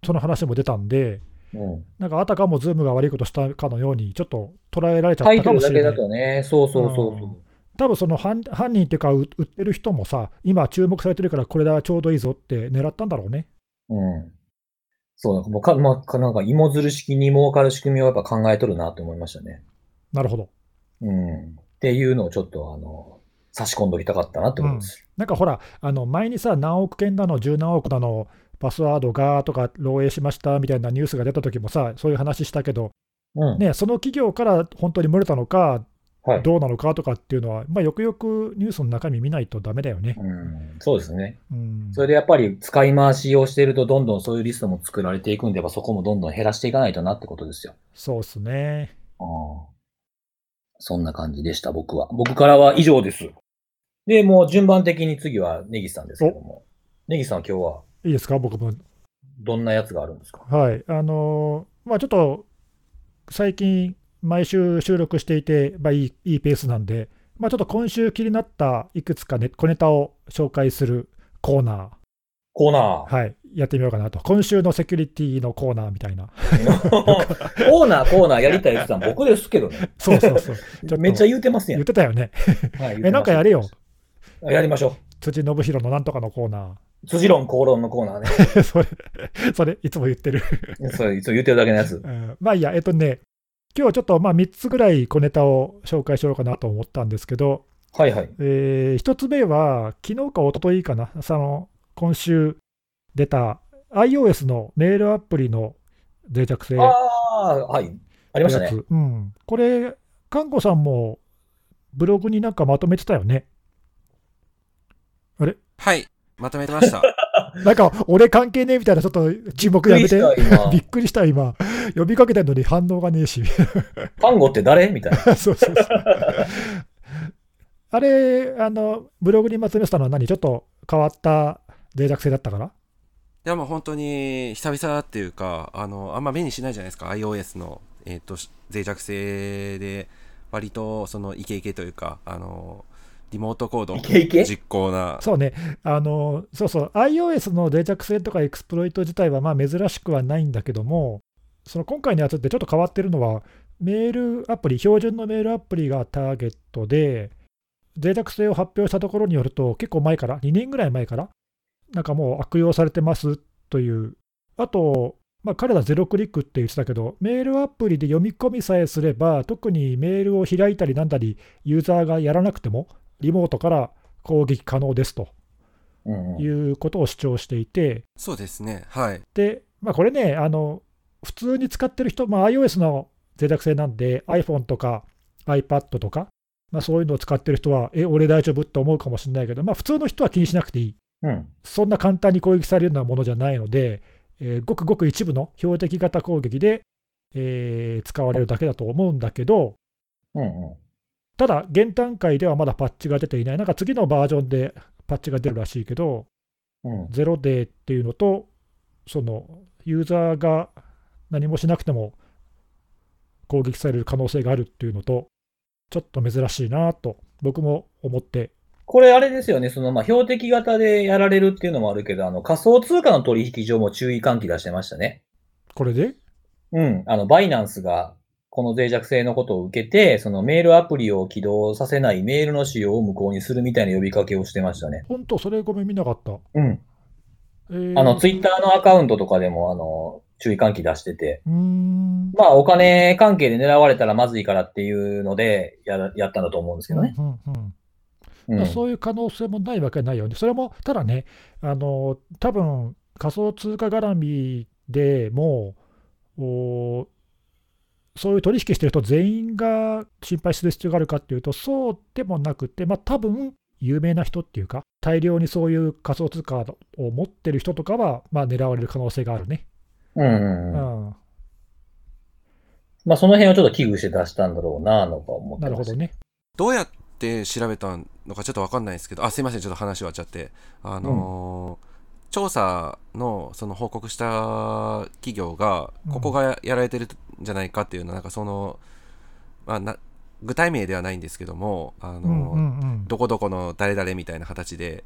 その話も出たんで、うん。なんかあたかもズームが悪いことしたかのように、ちょっと捉えられちゃっタイトたかルもしだけれなだい。とね、そうそうそううんそ多分その犯犯人っていうか、う売ってる人もさ、今、注目されてるから、これだ、ちょうどいいぞって狙ったんだろうね。う。うん。そう、なんかもうか、まあか、なんか芋づる式に儲かる仕組みをやっぱ考えとるなと思いましたね。なるほど。うん。っていうのをちょっと、あの、差し込んどきたかったなって思います。なんかほら、あの前にさ、何億件だの、十何億だの、パスワードがとか漏洩しましたみたいなニュースが出た時もさ、そういう話したけど、うん。ね、その企業から本当に漏れたのか、はい。どうなのかとかっていうのは、まあ、よくよくニュースの中身見ないとダメだよね。うん、そうですね。うん、それでやっぱり使い回しをしていると、どんどんそういうリストも作られていくんで、やっぱそこもどんどん減らしていかないとなってことですよ。そうっすね。そんな感じでした、僕は。僕からは以上です。で、もう順番的に次はネギさんですけども。ネギさん今日はいいですか、僕も。どんなやつがあるんですかはい。あのーまあ、ちょっと、最近、毎週収録していて、まあ、いいいいペースなんで、まあ、ちょっと今週気になったいくつかね、小ネタを紹介するコーナー。コーナー。はい、やってみようかなと、今週のセキュリティのコーナーみたいな、 コーナー、コーナーやりたいやつは僕ですけどね。そうそうそう、とめっちゃ言うてますや言んっ。てたよね、はい、言うてますえなんかやれよ。やりましょ辻信弘のなんとかのコーナう。辻論公論のコーナーね。 ー、それ、 それ、いつも言ってる、それ、いつも言ってるだけのやつ。うんまあいいや、えっとね、今日ちょっとまあ3つぐらい小ネタを紹介しようかなと思ったんですけど、はいはい。え1つ目は、昨日か一昨日かな、その今週出た iOS のメールアプリの脆弱性。ああ、はい。ありましたね。うん、これ、看護さんもブログになんかまとめてたよね。はい。まとめてました。 なんか、俺関係ねえみたいな、ちょっと注目やめて。 びっくりした今びっくりした、今。呼びかけてるのに反応がねえし。 看護って誰みたいな。そうそうそう。あれ、あの、ブログにまとめてたのは何ちょっと変わった脆弱性だったからいやもう本当に久々っていうか、あの、あんま目にしないじゃないですか、iOS の、えっ、と、し脆弱性で、割と、その、イケイケというか、あの、リモートコードイケイケ実行な、そうね、あの、そうそう、iOS の脆弱性とかエクスプロイト自体はまあ珍しくはないんだけども、その今回のやつってちょっと変わってるのは、メールアプリ、標準のメールアプリがターゲットで、脆弱性を発表したところによると、結構前から、2年ぐらい前から、なんかもう悪用されてますという、あと、まあ、彼らゼロクリックって言ってたけど、メールアプリで読み込みさえすれば、特にメールを開いたりなんだり、ユーザーがやらなくても、リモートから攻撃可能ですとうんうんいうことを主張していて、そうですね、はい。で、まあ、これね、あの普通に使ってる人、まあ、iOS の脆弱性なんで、iPhone とか iPad とか、まあ、そういうのを使ってる人は、え、俺大丈夫って思うかもしれないけど、まあ、普通の人は気にしなくていい、うん。そんな簡単に攻撃されるようなものじゃないので、えーごくごく一部の標的型攻撃で、えー使われるだけだと思うんだけど、うんうん。ただ、現段階ではまだパッチが出ていない、なんか次のバージョンでパッチが出るらしいけど、うん。ゼロデーっていうのと、そのユーザーが何もしなくても攻撃される可能性があるっていうのと、ちょっと珍しいなと、僕も思って、これあれですよね、その、まあ、標的型でやられるっていうのもあるけど、あの、仮想通貨の取引所も注意喚起出してましたね。これでうん。あの、バイナンスが、この脆弱性のことを受けて、そのメールアプリを起動させないメールの使用を無効にするみたいな呼びかけをしてましたね。本当、それごめん、見なかった。うん。えーあの、ツイッターのアカウントとかでも、あの、注意喚起出してて、うーんまあ、お金関係で狙われたらまずいからっていうので、やら、やったんだと思うんですけどね。うんうんうんうん。まあそういう可能性もないわけないよね、それもただね、あの多分仮想通貨絡みでもおーそういう取引してる人全員が心配する必要があるかっていうと、そうでもなくて、まあ多分有名な人っていうか、大量にそういう仮想通貨を持ってる人とかは、まあ、狙われる可能性があるね。うんうんううん。ん、まあ、その辺をちょっと危惧して出したんだろうな、とか思ってなるほます。どね。どうやって調べたのかちょっとわかんないですけど、あ、すいません、ちょっと話終わっちゃって。あのー調査のその報告した企業が、うんここがやられてるんじゃないかっていうのは、なんかその、まあな、具体名ではないんですけども、あのうーんうんうん、どこどこの誰々みたいな形で、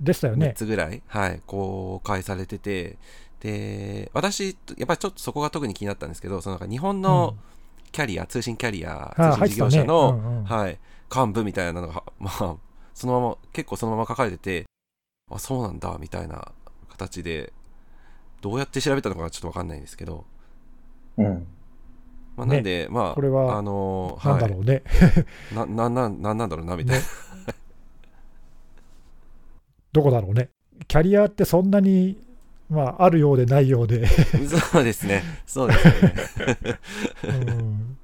でしたよ3ね。つぐらい、はい、公開されてて、で、私、やっぱりちょっとそこが特に気になったんですけど、そのなんか日本のキャリア、通信キャリア、うんあ入通信っ事て業た者ねの、うんうんはい、幹部みたいなのが、 まあ、そのまま、結構そのまま書かれてて、あ、そうなんだ、みたいな形で、どうやって調べたのかちょっとわかんないんですけど、うん。まあ、ねなんで、まあ、これはあのー、なんはだいろうね。な、な、な、なんなんだろうな、みたいな。どこだろうね。キャリアってそんなに、まあ、あるようでないよう で、そうですね。そうですね。うん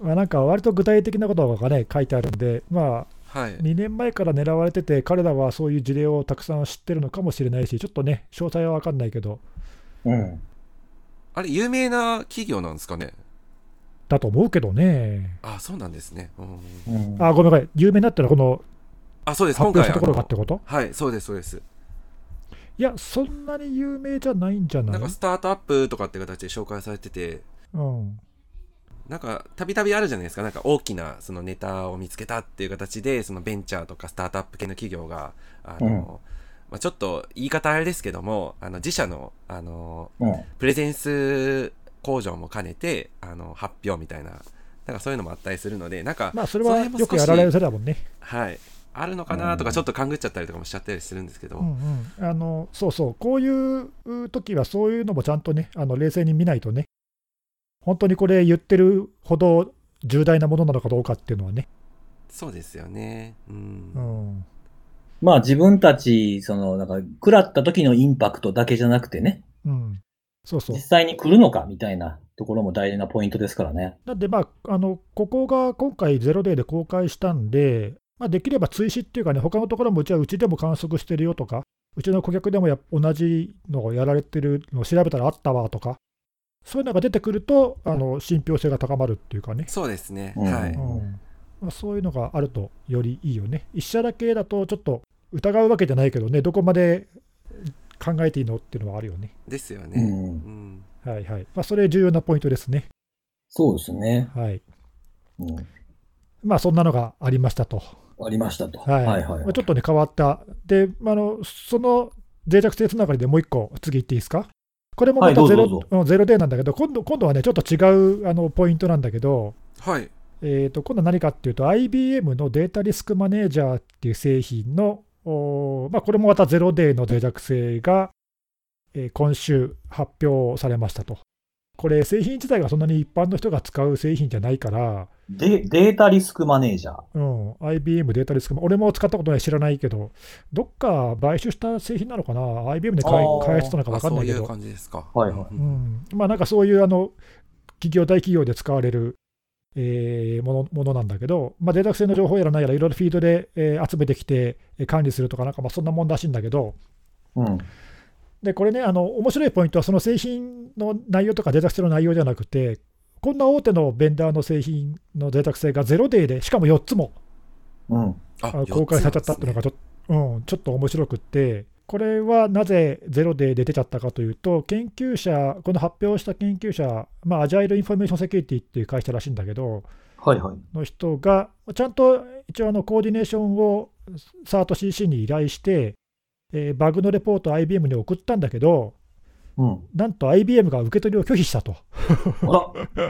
まあなんか割と具体的なことがね、書いてあるんで、まあ、はい。 2年前から狙われてて、彼らはそういう事例をたくさん知ってるのかもしれないし、ちょっとね、詳細は分かんないけど、うん。あれ、有名な企業なんですかねだと思うけどね。あ、そうなんですね。うんうん。あ、ごめんごめん、有名になったのはこのあ、そうです。発表今回したところがあってことのはい、そうです、そうです。いや、そんなに有名じゃないんじゃなないんかスタートアップとかって形で紹介されてて、うん、なんかたびたびあるじゃないですか。なんか大きなそのネタを見つけたっていう形で、そのベンチャーとかスタートアップ系の企業が、あの、うんまあ、ちょっと言い方あれですけども、あの自社の、あの、うん。プレゼンス工場も兼ねて、あの、発表みたいな、なんかそういうのもあったりするので、なんか、まあ、それそはの辺も少よしくやられる世代だもんね。はい、あるのかなとうか、んちょっと勘ぐっちゃったりとかもしちゃったりするんですけど、うんうん、あのそうそう、こういう時は、そういうのもちゃんとね、あの冷静に見ないとね、本当にこれ言ってるほど重大なものなのかどうかっていうのはね。そうですよね。うん。うん、まあ自分たち、その、なんか、食らった時のインパクトだけじゃなくてね、うん、そうそう実。際に来るのかみたいなところも大事なポイントですからね。なんで、まあ、あのここが今回、ゼロデーで公開したんで、まあ、できれば追試っていうかね、他のところもうちはうちでも観測してるよとか、うちの顧客でもやっ同じのをやられてるのを調べたらあったわとか、そういうのが出てくると、あの信憑性が高まるっていうかね。そうですね。うんはうい。んまあ、そういうのがあるとよりいいよね。一社だけだとちょっと疑うわけじゃないけどね、どこまで考えていいのっていうのはあるよね。ですようね。ん。うん。はいはい。まあ、それ重要なポイントですね。そうですね。はい。うん。まあ、そんなのがありましたと。ありましたと。はい。はいはいまあ、ちょっとね、変わった。で、まあ、あのその脆弱性つながりでもう一個、次行っていいですか。これもまたはいゼどロ,、うぞどうぞうんゼロデーなんだけど、今度今度はね、ちょっと違うあのポイントなんだけど、はい。えー、と今度は何かっていうと、IBM のデータリスクマネージャーっていう製品の、おーまあ、これもまたゼロデーの脆弱性が、えー今週発表されましたと。これ、製品自体がそんなに一般の人が使う製品じゃないから、で、データリスクマネージャー。うん、IBM データリスクマ、俺も使ったことない知らないけど、どっか買収した製品なのかな、IBM で開あー開発したのかあ、分かんそなういいけうど、感じですか。はいはいうんうんまあ、なんかそういうあの企業、大企業で使われる、えーものものなんだけど、まあ、データ性の情報やらないやら、いろいろフィードで、えー集めてきて、えー管理するとか、なんかまあそんなもんらしいんだけど、うん。でこれね、あの面白いポイントは、その製品の内容とかデータ性の内容じゃなくて、こんな大手のベンダーの製品の贅沢性がゼロデーで、しかも4つもうん。ああの公開されちゃったっていうのがちょ,、うん、ちょっと面白くって、これはなぜゼロデーで出ちゃったかというと、研究者、この発表した研究者、まあ、アジャイル・インフォメーション・セキュリティっていう会社らしいんだけど、はいはい。の人が、ちゃんと一応あのコーディネーションをサート CC に依頼して、えーバグのレポートを IBM に送ったんだけど、うん。なんと IBM が受け取りを拒否したとあ ら、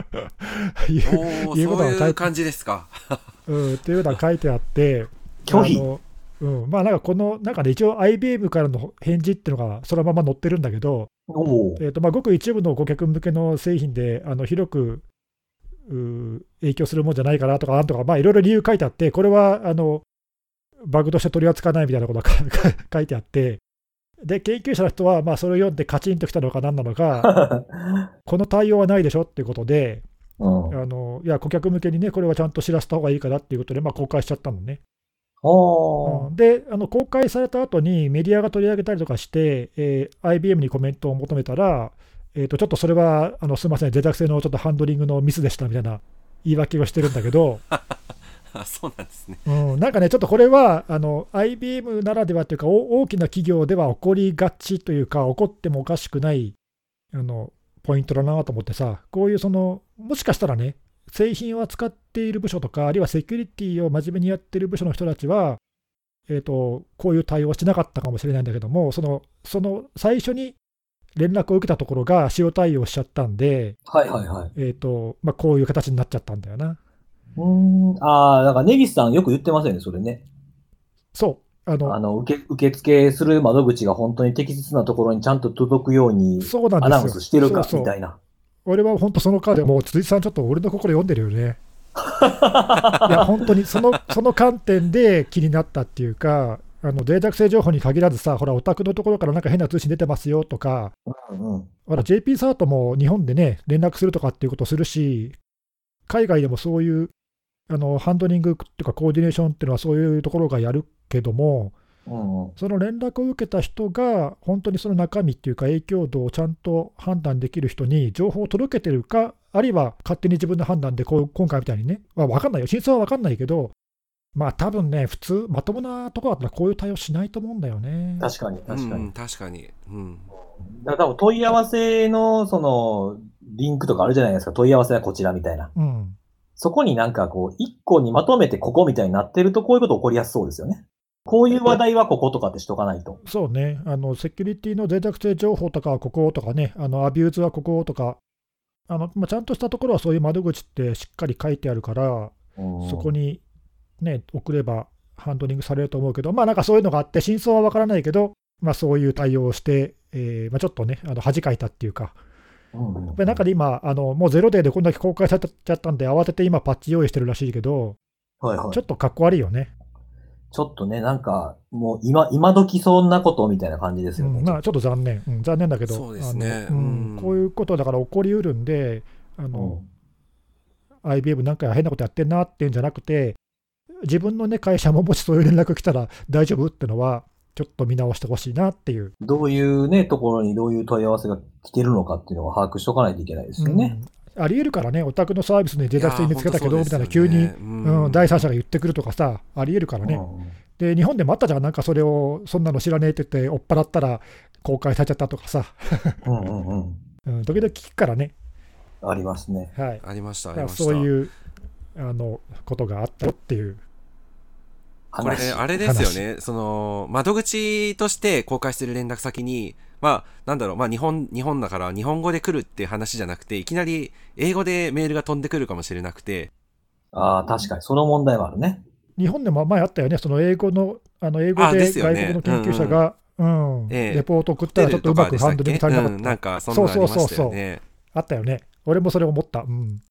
いうそうですねおーいうことそは書いうていう感じですか。 うん、っていうのは書いてあって、拒否あのうん、まあなんかこの中で一応 IBM からの返事っていうのがそのまま載ってるんだけど、おお。えーとまあ、ごく一部の顧客向けの製品であの広くうー影響するもんじゃないかなとか、なんとか、まあ、いろいろ理由書いてあって、これはあのバグとして取り扱わないみたいなことが 書いてあって、で研究者の人はまあそれを読んでカチンときたのか何なのか、 この対応はないでしょっていうことで、うん。ああのいや顧客向けにね、これはちゃんと知らせた方がいいからっていうことで、まあ、公開しちゃったのね。あ。であの公開された後にメディアが取り上げたりとかして、えー IBM にコメントを求めたら、えー、とちょっとそれはあのすみません、贅沢性のちょっとハンドリングのミスでしたみたいな言い訳をしてるんだけど、あそうなんですね。うん、なんかね、ちょっとこれはあの IBM ならではというかお大きな企業では起こりがちというか、起こってもおかしくないあのポイントだなと思ってさ、こういうその、もしかしたらね、製品を扱っている部署とか、あるいはセキュリティを真面目にやってる部署の人たちは、えー、とこういう対応をしてなかったかもしれないんだけども、そのその最初に連絡を受けたところが使用対応しちゃったんで、はいはいはい。えーとまあ、こういう形になっちゃったんだよな。うーん。ああ、だからネギスさんよく言ってませんね、それね。そうあのあの、受け、受付する窓口が本当に適切なところにちゃんと届くようにそうなんですよアナウンスしてるかそうそうみたいな。俺は本当そのカードもう辻さんちょっと俺の心読んでるよね。いや本当にそのその観点で気になったっていうかあの脆弱性情報に限らずさほらオタクのところからなんか変な通信出てますよとかうんうん。ほら JP サートも日本でね連絡するとかっていうことをするし海外でもそういうあのハンドリングっていうかコーディネーションっていうのはそういうところがやるけどもうんうん。その連絡を受けた人が、本当にその中身っていうか、影響度をちゃんと判断できる人に情報を届けてるか、あるいは勝手に自分の判断でこう、今回みたいにね、まあ、分かんないよ、真相は分かんないけど、まあ多分ね、普通、まともなとこだったらこういう対応しないと思うんだよね。確かに、確かうにん、。確かに。うん。だから多分問い合わせの、その、リンクとかあるじゃないですか。問い合わせはこちらみたいな。うん、そこになんかこう、一個にまとめてここみたいになってると、こういうこと起こりやすそうですよね。こういう話題はこことかってしとかないと。そうねあの、セキュリティの脆弱性情報とかはこことかね、あのアビューズはこことか、あのまあ、ちゃんとしたところはそういう窓口ってしっかり書いてあるから、そこに。に、ね、送ればハンドリングされると思うけど、まあなんかそういうのがあって、真相はわからないけど、まあそういう対応をして、えーまあ、ちょっとね、あの恥かいたっていうか、うんうんで中で今、あのもうゼロデーでこんだけ公開されちゃったんで、慌てて今、パッチ用意してるらしいけど、はいはいちょっとかっこ悪いよね。ちょっとね、なんか、もう今、今時そんなことみたいな感じですうよんね。まあ、ちょっと残念、うん残念だけど、そうですねあのうんうんこういうことだから起こりうるんで、あうのん IBM なんか変なことやってんなっていうんじゃなくて、自分の、ね、会社ももしそういう連絡来たら大丈夫ってのは、ちょっと見直してほしいなっていう。どういうね、ところにどういう問い合わせが来てるのかっていうのを把握しとかないといけないですよね。うんありえるからね、お宅のサービスにデータ性見つけたけどみたいな、急いにや、本当そうですよねうん第三者が言ってくるとかさ、ありえるからね、うんで、日本でもあったじゃん、なんかそれを、そんなの知らねえって言って、追っ払ったら公開されちゃったとかさ、うんうんうん。うん、時々聞くからね、ありますね。はい、ありました、あだりからました。そういうあのことがあったよっていう、これ、ね、話。あれですよね。その、窓口として公開してる連絡先に、まあ、なんだろう、まあ、日本、日本だから日本語で来るって話じゃなくて、いきなり英語でメールが飛んでくるかもしれなくて、ああ、確かに、その問題はあるね。日本でも前あったよね、その英語の、あの英語あでですよ外ね国の研究者が、うんええレポート送ったら、ちょっとうまくハンドリングホさテれルなかとかっでしたっけうたん、なんか、そんなのありましたよね。そうそうそうあったよね。俺もそれ思った。うん。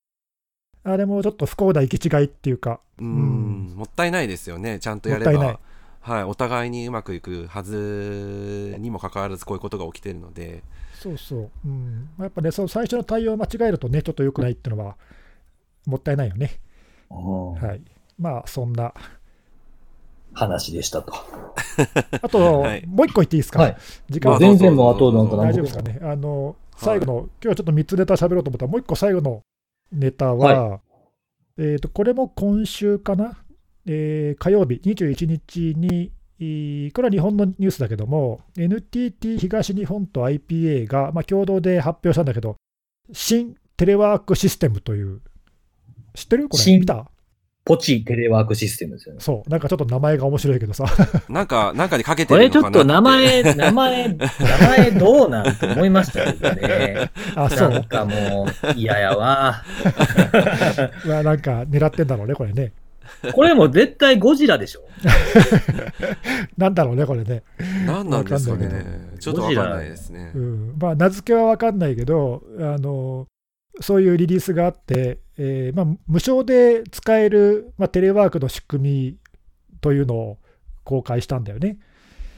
あれもちょっと不幸な行き違いっていうか、うん、うもったいないですよね。ちゃんとやれもったいなばい。はい、お互いにうまくいくはずにもかかわらずこういうことが起きてるので、そうそう。うん。やっぱね、その最初の対応を間違えるとね、ちょっと良くないっていうのは、もったいないよね。うんはい。まあ、そ んな。話でしたと。あと、はいもう一個言っていいですか、はい時ま間あ全然もう後なんかど大うぞ何丈個夫ですかね。あの、最後の、今日はちょっと3つネタ喋ろうと思ったら、もう一個最後のネタは、えーとこれも今週かな、えー火曜日21日に、えーこれは日本のニュースだけども、NTT 東日本と IPA が、まあ、共同で発表したんだけど、新テレワークシステムという、知ってるこれ、新見たポチテレワークシステムですよね。そう、なんかちょっと名前が面白いけどさ、 なんか、なんかにかけてこるのれかちなょっと名て前、名前、 名前どうなんて思いましたけどね。あそな、うんかもう嫌や わ。うわなんか狙ってんだろうね、これね。これもう絶対ゴジラでしょ。なんだろうね、これね。何なんですかわかんないねけ。どちょっとわかんないですねう。んまあ、名付けは分かんないけど、あのそういうリリースがあって、えーまあ、無償で使える、まあ、テレワークの仕組みというのを公開したんだよね。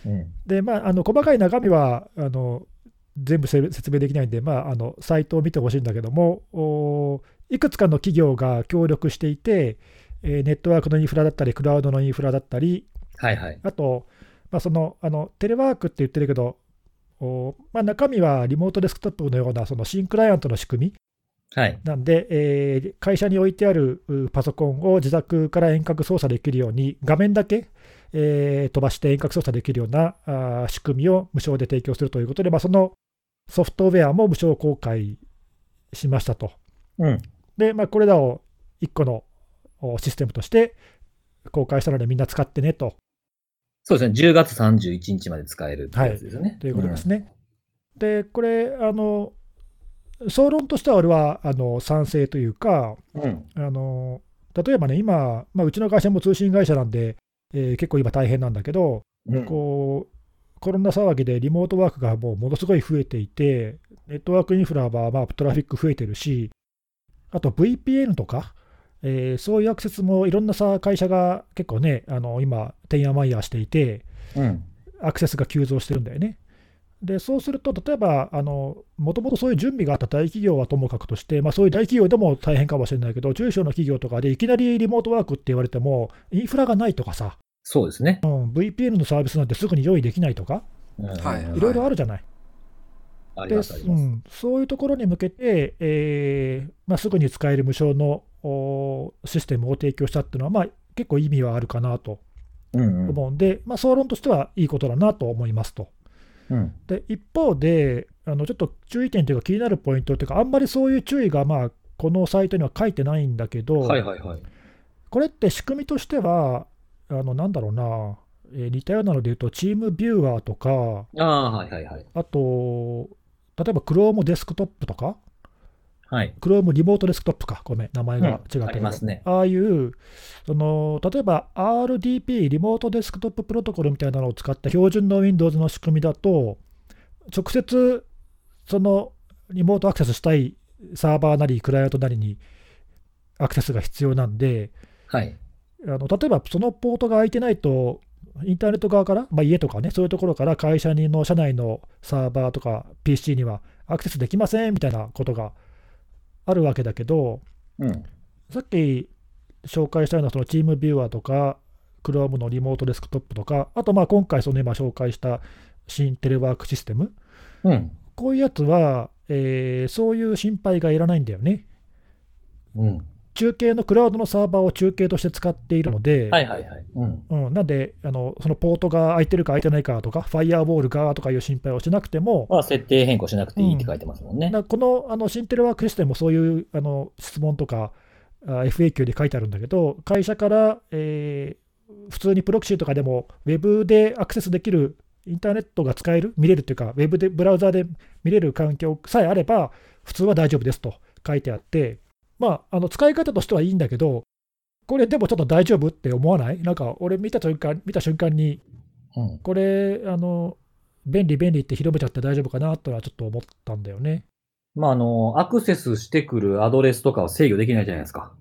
うん。で、まあ、あの細かい中身はあの全部せ説明できないんで、まあ、あのサイトを見てほしいんだけども、おいくつかの企業が協力していて、えーネットワークのインフラだったり、クラウドのインフラだったり、はいはい。あと、まあ、そのあのテレワークって言ってるけど、おまあ、中身はリモートデスクトップのようなその新クライアントの仕組みはい。なんで、えー会社に置いてあるうパソコンを自宅から遠隔操作できるように、画面だけ、えー飛ばして遠隔操作できるようなあー仕組みを無償で提供するということで、まあ、そのソフトウェアも無償公開しましたと。うん。で、まあ、これらを1個のおシステムとして公開したので、みんな使ってねとそうですね。10月31日まで使えるってやつですよね。ということですね。で、これあの、総論としては俺はあの賛成というか、うん。うん。あの例えばね、今、まあ、うちの会社も通信会社なんで、えー結構今大変なんだけど、うんこうコロナ騒ぎでリモートワークがもうものすごい増えていて、ネットワークインフラはまあトラフィック増えてるし、あと VPN とか、えーそういうアクセスもいろんなさ会社が結構ね、あの今、てんやまんやしていて、うん。アクセスが急増してるんだよね。でそうすると、例えば、もともとそういう準備があった大企業はともかくとして、まあ、そういう大企業でも大変かもしれないけど、中小の企業とかでいきなりリモートワークって言われても、インフラがないとかさ、そうですねう。ん、VPN のサービスなんてすぐに用意できないとか、はいはいいろいろあるじゃない。ありでます、ありうます。ん、そういうところに向けて、えーまあ、すぐに使える無償のおシステムを提供したっていうのは、まあ、結構意味はあるかなとうんうん。思うんで、まあ、総論としてはいいことだなと思いますと。うん。で一方であの、ちょっと注意点というか、気になるポイントというか、あんまりそういう注意が、まあ、このサイトには書いてないんだけど、はいはいはい。これって仕組みとしては、あのなんだろうな、えー似たようなので言うと、チームビューアーとか、ああ、はいはいはい。あと、例えば Chrome デスクトップとか、はい。 Chrome リモートデスクトップか、ごめん、名前が違ってうんありますねああいうその、例えば RDP、リモートデスクトッププロトコルみたいなのを使った標準の Windows の仕組みだと、直接、そのリモートアクセスしたいサーバーなり、クライアントなりにアクセスが必要なんで、はい。あの例えばそのポートが空いてないと、インターネット側から、まあ、家とかね、そういうところから会社の社内のサーバーとか PC にはアクセスできませんみたいなことがあるわけだけど、うん。さっき紹介したようなそのチームビューアーとか、Chrome のリモートデスクトップとか、あとまあ今回その今紹介した新テレワークシステム、うん。こういうやつは、えーそういう心配がいらないんだよね。うん。中継のクラウドのサーバーを中継として使っているので、はいはいはい。うん。うん、なんであの、そのポートが空いてるか空いてないかとか、ファイアウォールがとかいう心配をしなくても、まあ、設定変更しなくていいって書いてますもんね。なこのあのシンテレワークシステムもそういうあの質問とかあ FAQ で書いてあるんだけど、会社から、えー普通にプロキシーとかでも、ウェブでアクセスできる、インターネットが使える、見れるというか、ウェブでブラウザで見れる環境さえあれば、普通は大丈夫ですと書いてあって、まあ、あの使い方としてはいいんだけど、これでもちょっと大丈夫って思わないなんか俺見た瞬間見た瞬間に、うん。これ、あの便利、便利って広めちゃって大丈夫かなとはちょっと思ったんだよね。まあ、あの、アクセスしてくるアドレスとかは制御できないじゃないですか。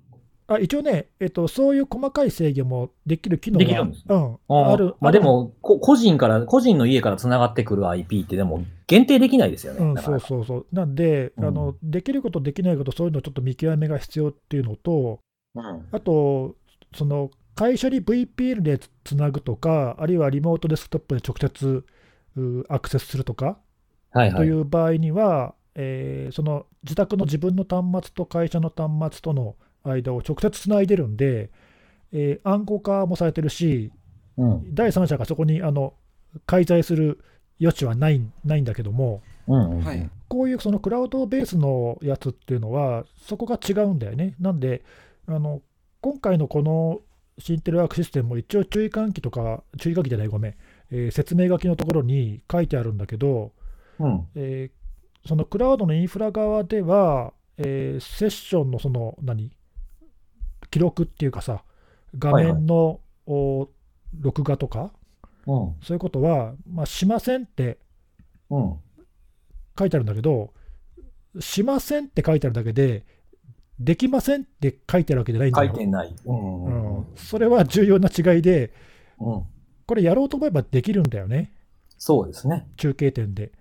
あ一応ね、えっと、そういう細かい制御もできる機能ができるんですうん、ああるる。まあ、で、も、こ個人から、個人の家から繋がってくる IP ってでも限定できないですよね。うん、なかそなうかそうそう。なんで、うんあの、できること、できないこと、そういうのちょっと見極めが必要っていうのと、うん。あと、その会社に VPN でつなぐとか、あるいはリモートデスクトップで直接うアクセスするとかはいはとい。いう場合には、えーその自宅の自分の端末と会社の端末との間を直接つないでるんで、えー暗号化もされてるし、うん。第三者がそこにあの介在する余地はないないんだけども、うん。うんはい。こういうそのクラウドベースのやつっていうのは、そこが違うんだよね。なんで、あの今回のこのシンテルワークシステムも一応注意喚起とか、注意書きじゃない、ごめん、えー説明書きのところに書いてあるんだけど、うん。えーそのクラウドのインフラ側では、えーセッションのその何記録っていうかさ、画面の、お録画とか、うん。そういうことは、まあ、しませんってうん。書いてあるんだけど、しませんって書いてあるだけで、できませんって書いてあるわけじゃないん書だいよ。てない。うん。う。うんうんん、それは重要な違いで、うん。これやろうと思えばできるんだよね、そうですね。中継点で。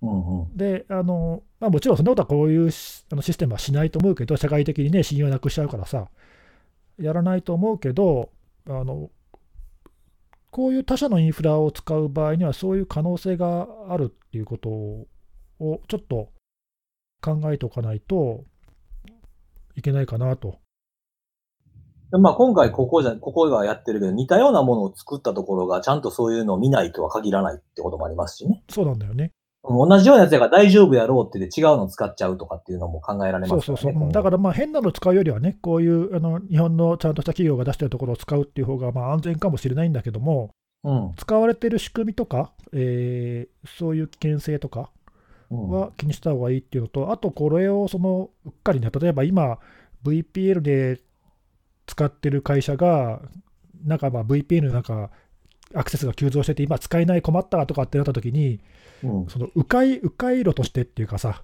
うん。うん。で、あのまあ、もちろんそんなことはこういうしあのシステムはしないと思うけど、社会的にね、信用なくしちゃうからさ、やらないと思うけど、あのこういう他社のインフラを使う場合には、そういう可能性があるっていうことをちょっと考えておかないといけないかなと。でまあ今回ここじゃ、ここはやってるけど、似たようなものを作ったところが、ちゃんとそういうのを見ないとは限らないってこともありますしね。そうなんだよね。うん同じようなやつやから大丈夫やろうって言って違うの使っちゃうとかっていうのも考えられそまうすかそらね。うそう、今後だからまあ変なの使うよりはね、こういうあの日本のちゃんとした企業が出してるところを使うっていう方がまあ安全かもしれないんだけども、うん。使われてる仕組みとか、えーそういう危険性とかうん。は気にした方がいいっていうのと、あとこれをそのうっかりね、例えば今、VPL で使ってる会社が、なんかまあ VPN なんか、アクセスが急増してて、今使えない、困ったとかってなった時に、うん。その迂回、迂回路としてっていうかさ、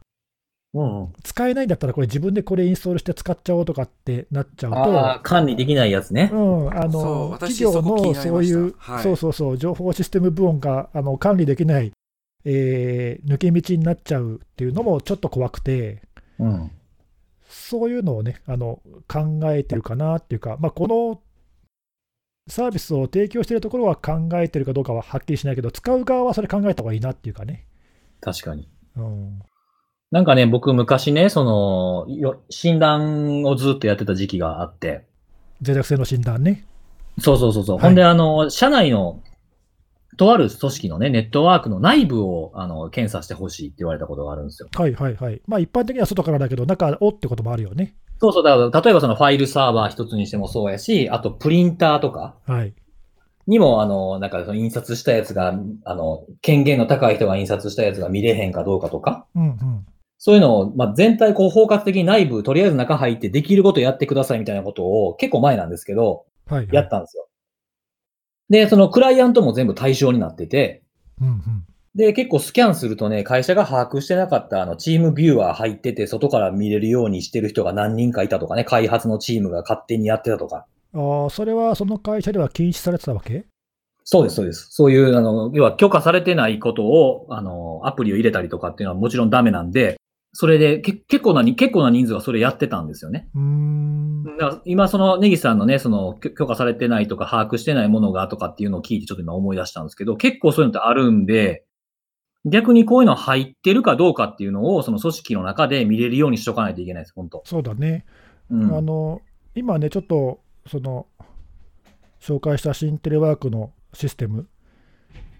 うん。うん使えないんだったら、これ自分でこれインストールして使っちゃおうとかってなっちゃうと、ああ、管理できないやつねう。ん、あそうの企私業そこ気のになりそうましたいう、はいそうそうそう、情報システム部門があの管理できない、えー抜け道になっちゃうっていうのもちょっと怖くて、うん。そういうのをね、あの考えてるかなっていうか、まあ、このサービスを提供してるところは考えてるかどうかははっきりしないけど、使う側はそれ考えた方がいいなっていうかね。確かに。うん、なんかね、僕昔ね、その、よ診断をずっとやってた時期があって、脆弱性の診断ね。そうそうそうそう、はいほんで、あの、社内の、とある組織のね、ネットワークの内部を、あの、検査してほしいって言われたことがあるんですよ。はいはいはい。まあ、一般的には外からだけど、中をってこともあるよね。そうそう、だから、例えばそのファイルサーバー一つにしてもそうやし、あとプリンターとかはい。にも、あの、なんかその印刷したやつが、あの、権限の高い人が印刷したやつが見れへんかどうかとか、うんうん。そういうのを、まあ、全体こう包括的に内部、とりあえず中入ってできることやってくださいみたいなことを結構前なんですけど、はい、はい。やったんですよ。で、そのクライアントも全部対象になってて、うんうん。で、結構スキャンするとね、会社が把握してなかったあのチームビューワー入ってて、外から見れるようにしてる人が何人かいたとかね、開発のチームが勝手にやってたとか。ああ、それはその会社では禁止されてたわけそうです、そうです。そういう、あの、要は許可されてないことを、あの、アプリを入れたりとかっていうのはもちろんダメなんで、それでけ結構なに、結構な人数がそれやってたんですよね。うーん。だから今、そのネギさんのね、その許許可されてないとか、把握してないものがとかっていうのを聞いて、ちょっと今思い出したんですけど、結構そういうのってあるんで、逆にこういうの入ってるかどうかっていうのを、その組織の中で見れるようにしとかないといけないです、本当。そうだね。うん。あの、今ね、ちょっと、その、紹介した新テレワークのシステム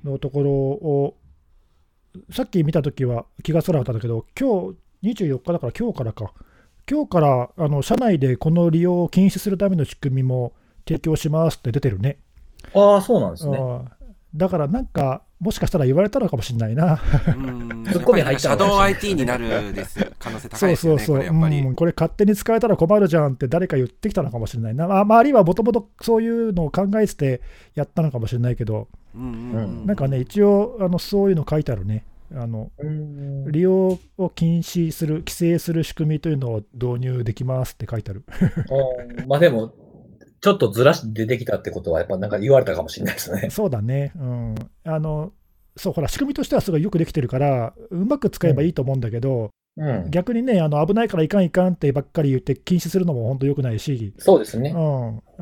のところを、さっき見たときは気が空だったんだけど、今日24日だから今日からか。今日から、あの、社内でこの利用を禁止するための仕組みも提供しますって出てるね。ああ、そうなんですね。ああだからなんか、もしかしたら言われたのかもしれないな。うん。ツッコミ入ったシャのかドウも IT になるです。可能性高いそうですそうそう、よね。これやっぱり。うん、これ勝手に使えたら困るじゃんって誰か言ってきたのかもしれないな、まあ、まああるいはもともとそういうのを考えててやったのかもしれないけど、うんう。うんなんかね、。一応、あのそういうの書いてあるねあの、うん利用を禁止する、規制する仕組みというのを導入できますって書いてあ る。まあでも、ちょっとずらして出てきたってことは、やっぱなんか言われたかもしれないですね。そうだね、うん、あのそうほら仕組みとしてはすごいよくできてるから、うまく使えばいいと思うんだけど、うん。逆にねあの、危ないからいかんいかんってばっかり言って、禁止するのも本当よくないし、そうですね。う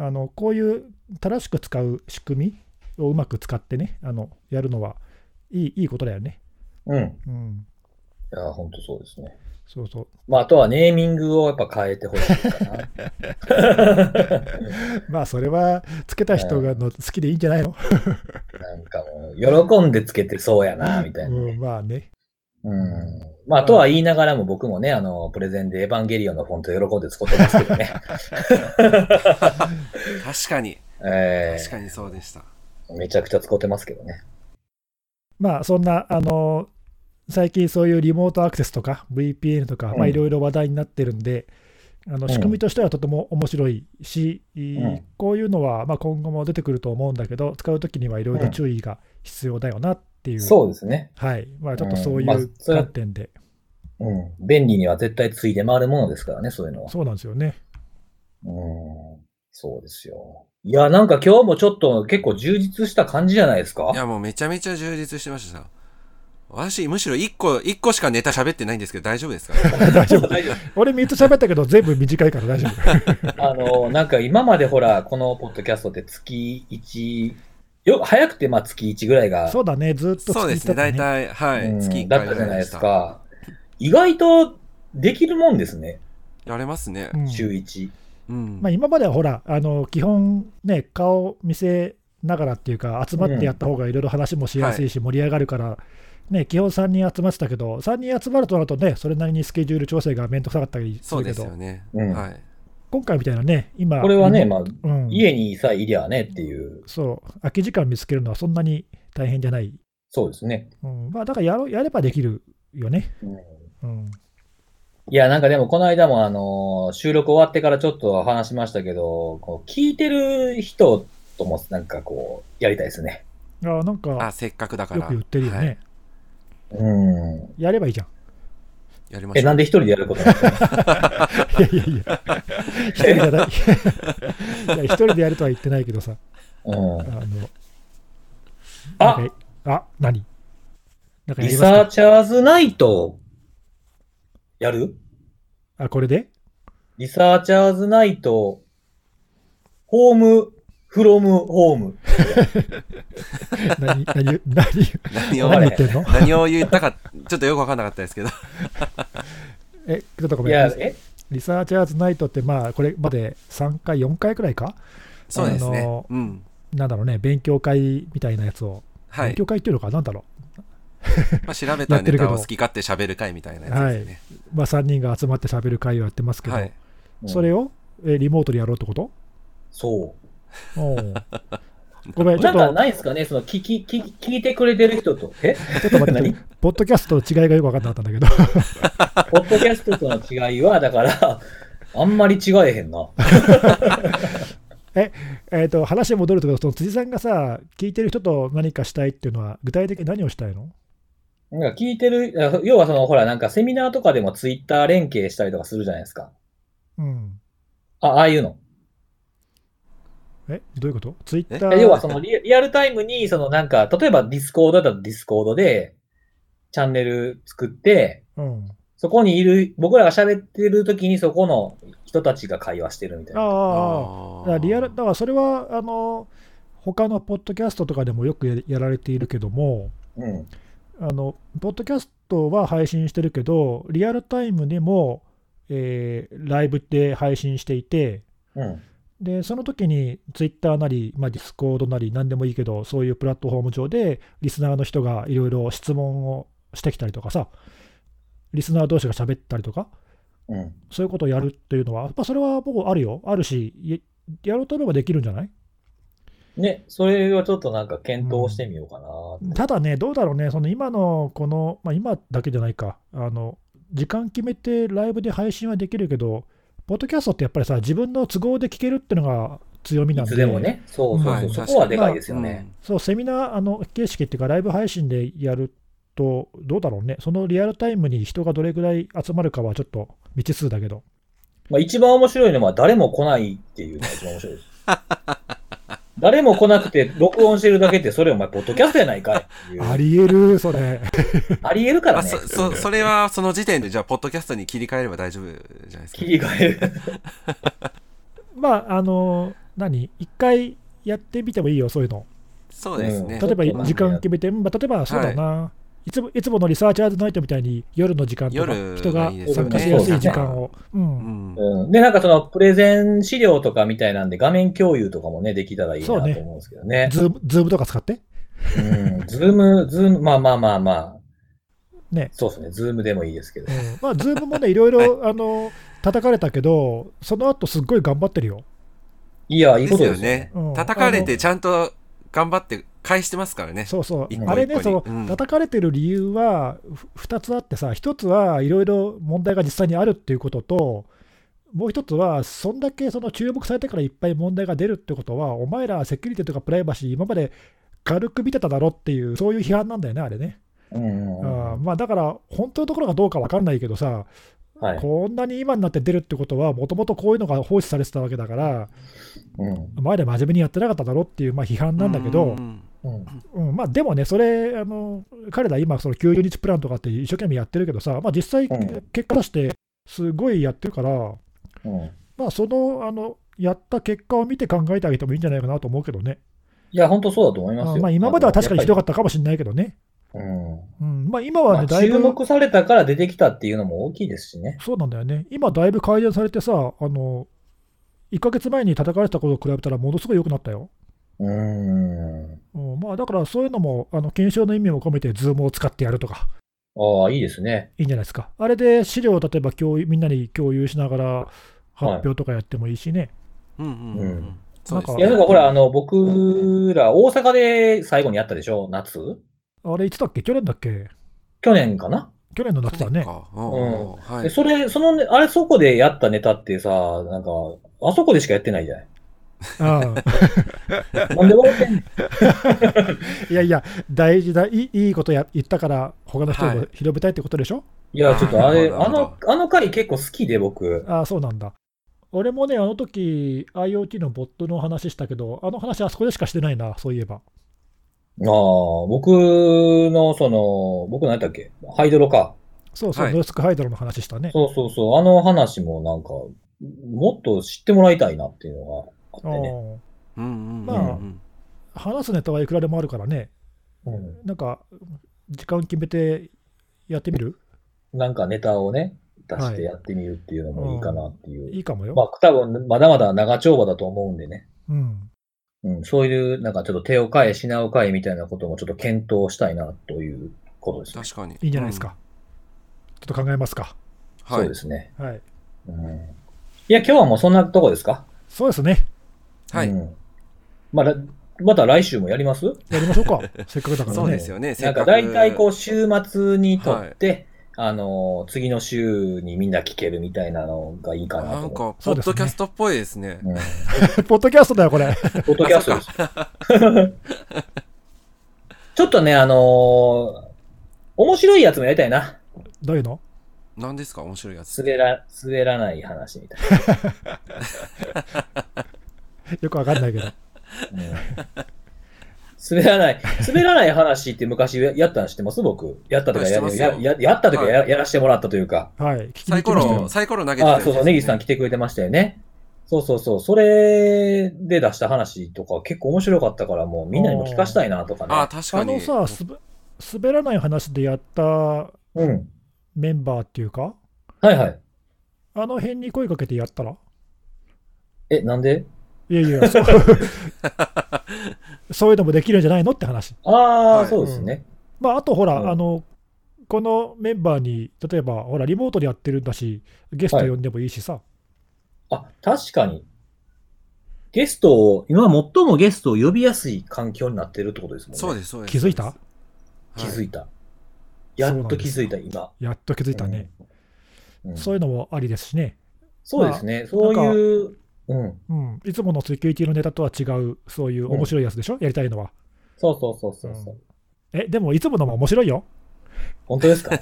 ん、あのこういう正しく使う仕組みをうまく使ってね、あのやるのはいいいいことだよね。うん。うん、いや、本当そうですね。そうそう。まあ、あとはネーミングをやっぱ変えてほしいかな。 まあ、それは、つけた人がの好きでいいんじゃないの、なんかもう、喜んでつけてそうやな、みたいな。うん、まあね。うん。まあ、とは言いながらも僕もね、あの、プレゼンでエヴァンゲリオンのフォント喜んで使ってますけどね。確かに。え確かにそうでした。ー、めちゃくちゃ使ってますけどね。まあ、そんな、あの、最近そういうリモートアクセスとか VPN とか、うんまあ、いろいろ話題になってるんで、あのん仕組みとしてはとても面白いし、いうんこういうのはまあ今後も出てくると思うんだけど、使うときにはいろいろ注意が必要だよなっていう、そうですね。はいまあ、ちょっとそういまあうそれは観点で、うん。便利には絶対ついで回るものですからね、そういうのは。そうなんですよね。うん。そうですよ。いや、なんか今日もちょっと結構充実した感じじゃないですかいや、もうめちゃめちゃ充実してましたさ。私、むしろ一個、一個しかネタ喋ってないんですけど、大丈夫ですか大丈夫、大丈夫。俺3つ喋ったけど、全部短いから大丈 夫。あの、なんか今までほら、このポッドキャストって月1、よ、早くてまあ月1ぐらいが、そうだね、ずっとそうですね、だ大体、はうい、ん月1だ回っぐたじらゃいないででしすた。か。意外とできるもんですね、やれますね。週1。うんまあ、。今まではほら、あの基本ね、顔見せながらっていうか、集まってやった方がいろいろ話もしやすいし、盛り上がるから、ね、基本3人集まってたけど、3人集まるとなるとね、それなりにスケジュール調整が面倒くさかったりすそうるけですど、よね。うんはい。今回みたいなね、今、これはね、まあ、うん、家にさえいりゃねっていう、そう、空き時間見つけるのはそんなに大変じゃない、そうですね。うんまあ、だからやろやればできるよね。うんうんいや、なんかでもこの間もあの、収録終わってからちょっと話しましたけど、こう聞いてる人ともなんかこう、やりたいですね。あなんかあ、せっかくだから。よく言ってるよね、はいうん。やればいいじゃん。やりまえ、しょなんう。で一人でやることなんですかいやいやいや、一人じゃないいや一人でやるとは言ってないけどさ、うん あ。の、あなんかあ何なんかやリりますサーかチャーズナイト、やるあ、これでリサーチャーズナイト、ホーム、フロム、ホーム。何、何、何、何を、わかんな何言いってんの何を言ったか、ちょっとよくわかんなかったで すけど。え、ちょっとごいめやん、。えリサーチャーズナイトって、まあ、これまで3回、4回くらいかそうですあねの。うん。なんだろうね、勉強会みたいなやつを。は勉い。強会っていうのか、なんだろまあ、調べやたってネるけどタを好き勝手喋る会みたいなやつですね。う。まあ、3人が集まって喋る会をやってますけど、はい。それを。を、えリモートでやろうってことそおうごめう。ん、ちなょっんかと、ないですかねその、聞き、聞き、聞いてくれてる人と。えちょっと待って何、 ポッドキャストの違いがよく分かんなかったんだけど、 ポッドキャストとの違いは、だ から、あんまり違えへんな。えーと話戻るとその辻さんがさ、聞いてる人と何かしたいっていうのは、具体的に何をしたいのなんか聞いてる、あ要はその、ほら、なんかセミナーとかでもツイッター連携したりとかするじゃないですか。うん。あ、ああいうの。え、どういうことツイッえタいや要はーそのリリアルタイムに、そのなんか、例えばディスコードだったらディスコードで、チャンネル作って、うん。そこにいる、僕らが喋ってる時にそこの人たちが会話してるみたいあな。あ、だからあリアル、だからそれは、あの、他のポッドキャストとかでもよくややられているけども、うん。あの、ポッドキャストは配信してるけど、リアルタイムでも、えーライブで配信していて、うん。で、その時にツイッターなり、まあ、ディスコードなり、何でもいいけど、そういうプラットフォーム上で、リスナーの人がいろいろ質問をしてきたりとかさ、リスナー同士が喋ったりとか、うん。そういうことをやるっていうのは、やっぱそれは僕あるよ、あるし、ややろうと思えばできるんじゃないね、それはちょっとなんか検討してみようかなって。ただね、どうだろうね、その今のこの、まあ、今だけじゃないか、あの時間決めてライブで配信はできるけど、ポッドキャストってやっぱりさ、自分の都合で聞けるっていうのが強みないんで、つでもね。そうそうはそう。いそこはでかいですようねん。そう、セミナーあの形式っていうか、ライブ配信でやると、どうだろうね、そのリアルタイムに人がどれぐらい集まるかはちょっと未知数だけど、まあ一番面白いのは誰も来ないっていうのが一番面白いです。 誰も来なくて録音してるだけって、それお前、ポッドキャストやないかいっていう。ありえる、それ。ありえるからあねそ。そそれはその時点でじゃあポッドキャストに切り替えれば大丈夫じゃないですか切り替える。 まあ、あの、何、一回やってみてもいいよ、そういうの。そうですね、うん例えばちょっとね時間決めて、まあ、例えばそうだな、いつもいつものリサーチャーズナイトみたいに夜の時間とか夜人がいいですよ参ね加しやすい時間を。ううんん。うん、で、なんかそのプレゼン資料とかみたいなんで画面共有とかもね、できたらいいなとそう思うねんですけどね。ズームズームとか使ってうん、ズーム、ズーム、まあまあまあまあ。ねそうですね、ズームでもいいですけどう。んまあ、ズームもね、いろいろ、あの、叩かれたけど、その後すっごい頑張ってるよ。いや、いでいこすとでよすよねね。うん。叩かれあてちゃんと頑張って返してますからねの。そうそう一個一。個あれね、にその、うん叩かれてる理由は、ふ2つあってさ、1つはいろいろ問題が実際にあるっていうことと、もう1つは、そんだけその注目されてからいっぱい問題が出るってことは、お前らセキュリティとかプライバシー、今まで軽く見てただろっていう、そういう批判なんだよね、あれね。うんうんあーまあ、だから、本当のところがどうか分かんないけどさ、はいこんなに今になって出るってことは、もともとこういうのが放置されてたわけだから、うん前で真面目にやってなかっただろっていうまあ批判なんだけうど、んうんうんまあ、でもね、それ、あの彼ら今、その90日プランとかって一生懸命やってるけどさ、まあ、実際、うん結果出して、すごいやってるから、うんまあ、そのあのやった結果を見て考えてあげてもいいんじゃないかなと思うけどね、いや、本当そうだと思いますあよ。まあ、今までは確かにひどかっったかもしれないけどね、た。うんうんまあ、今まはあね、だい注ぶ、目されたから出てきたっていうのも大きいですしね。そうなんだよね、今、だいぶ改善されてさ、あの1ヶ月前に叩かれてたことと比べたら、ものすごい良くなったよ。うん。うんまあ、だからそういうのも、あの検証の意味も込めて、ズームを使ってやるとか、ああ、いいですね。いいんじゃないですか。あれで資料を例えば共有みんなに共有しながら発表とかやってもいいしね。うんうんううんんそうですあいや、ねなんかほら、あの、僕ら、大阪で最後にやったでしょ夏あれいつだっけ去年だっけ去年かな、去年の夏だね。そうかうんはでいそれ、そのね、あれ、そこでやったネタってさ、なんか、あそこでしかやってないじゃない。ああなんで笑ってんのいやいや、大事だいい、いいことや言ったから、他の人にはも広めたいってことでしょ、いや、ちょっとあれ、あーあなるほの、あの回結構好きで、僕。ああ、そうなんだ。俺もね、あの時 IoT のボットの話したけど、あの話あそこでしかしてないな、そういえば。ああ、僕の、その、僕何やったっけハイドロか。そうそう、はいノイスクハイドロの話したね。そうそうそう、あの話もなんか、もっと知ってもらいたいなっていうのがあってね。うんうんうんうんまあうん話すネタはいくらでもあるからね、うんなんか、時間決めてやってみるなんかネタをね、出してやってみるっていうのもいいかなっていう。いいかもよ。まあ、多分、まだまだ長丁場だと思うんでね。うんうん、そういう、なんかちょっと手を変え、品を変えみたいなこともちょっと検討したいなということですね。確かにいいんじゃないですか。ちょっと考えますか。うんはそういですね。はい。うん。いや、今日はもうそんなとこですかそうですね。はういんまあ、らまた来週もやりますやりましょうか。せっかくだからね。そうですよねせなっんかか大く体こう週末にとって、あのー、次の週にみんな聞けるみたいなのがいいかななとんか思ポッドキャストっぽいですねう。うん。ポッドキャストだよ、これ。ポッドキャストです。 ちょっとね、あのー面白いやつもやりたいな。どういうの何ですか面白いやつ滑ら、滑らない話みたいよくわかんないけど。な。うん 滑らない、滑らない話って昔ややったの知ってます僕。やったとかやあ知ってますやよややったとかや,、やらせてもらったというか。はい。聞きサにイコ来ましたよロ。サイコロ投げてたあやあ、つそうそう、ネギさん来てくれてましたよね。そうそうそう、それで出した話とか結構面白かったから、もうみんなにも聞かしたいなとかあね。確かあにのさ、すべ滑らない話でやったうん。メンバーっていうか、はいはい。あの辺に声かけてやったらえ、なんでいやいや、そうそういうのもできるんじゃないのって話。ああ、はいそうですね。まあ、あとほら、うんあの、このメンバーに、例えば、ほら、リモートでやってるんだし、ゲスト呼んでもいいしさ。あ、確かに。ゲストを、今最もゲストを呼びやすい環境になってるってことですもんね。そうですそうです気づいた気づいいた。やっと気づいた、そうなんです今。やっと気づいたね。うんそういうのもありですしね、そうですね。そういう、うん。うん、いつものセキュリティのネタとは違う、そういう面白いやつでしょ、やりたいのは。そうそうそうそうそうう。え、でもいつものも面白い よ。本当ですか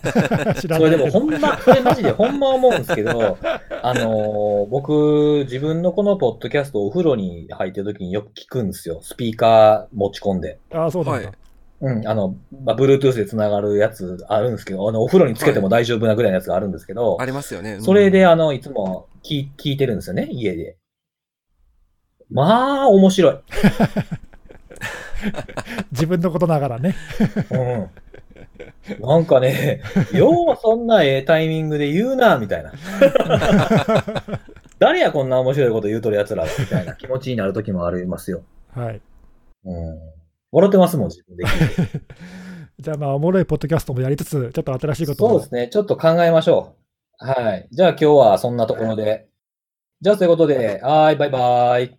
知らそなれいけでどもほんま、これマジでほんま思うんですけ ど、あのー僕、自分のこのポッドキャストお風呂に入ってる時によく聞くんですよ。スピーカー持ち込んで。ああ、そうなはんだ。いうん、あの、まあ、Bluetooth で繋がるやつあるんですけど、あの、お風呂につけても大丈夫なぐらいのやつがあるんですけど、ありますよねそれで、あの、いつも聞聞いてるんですよね、家で。まあ、面白い。自分のことながらね。うん。なんかね、ようそんなええタイミングで言うな、みたいな。 誰やこんな面白いこと言うとる奴らは、みたいな気持ちになる時もありますよ。はい。うん。笑ってますもん、自分で聞いて。じゃあまあ、おもろいポッドキャストもやりつつ、ちょっと新しいことそうもですね。ちょっと考えましょう。はい。じゃあ今日はそんなところで。じゃあそういうことで、はーい、バイバイ。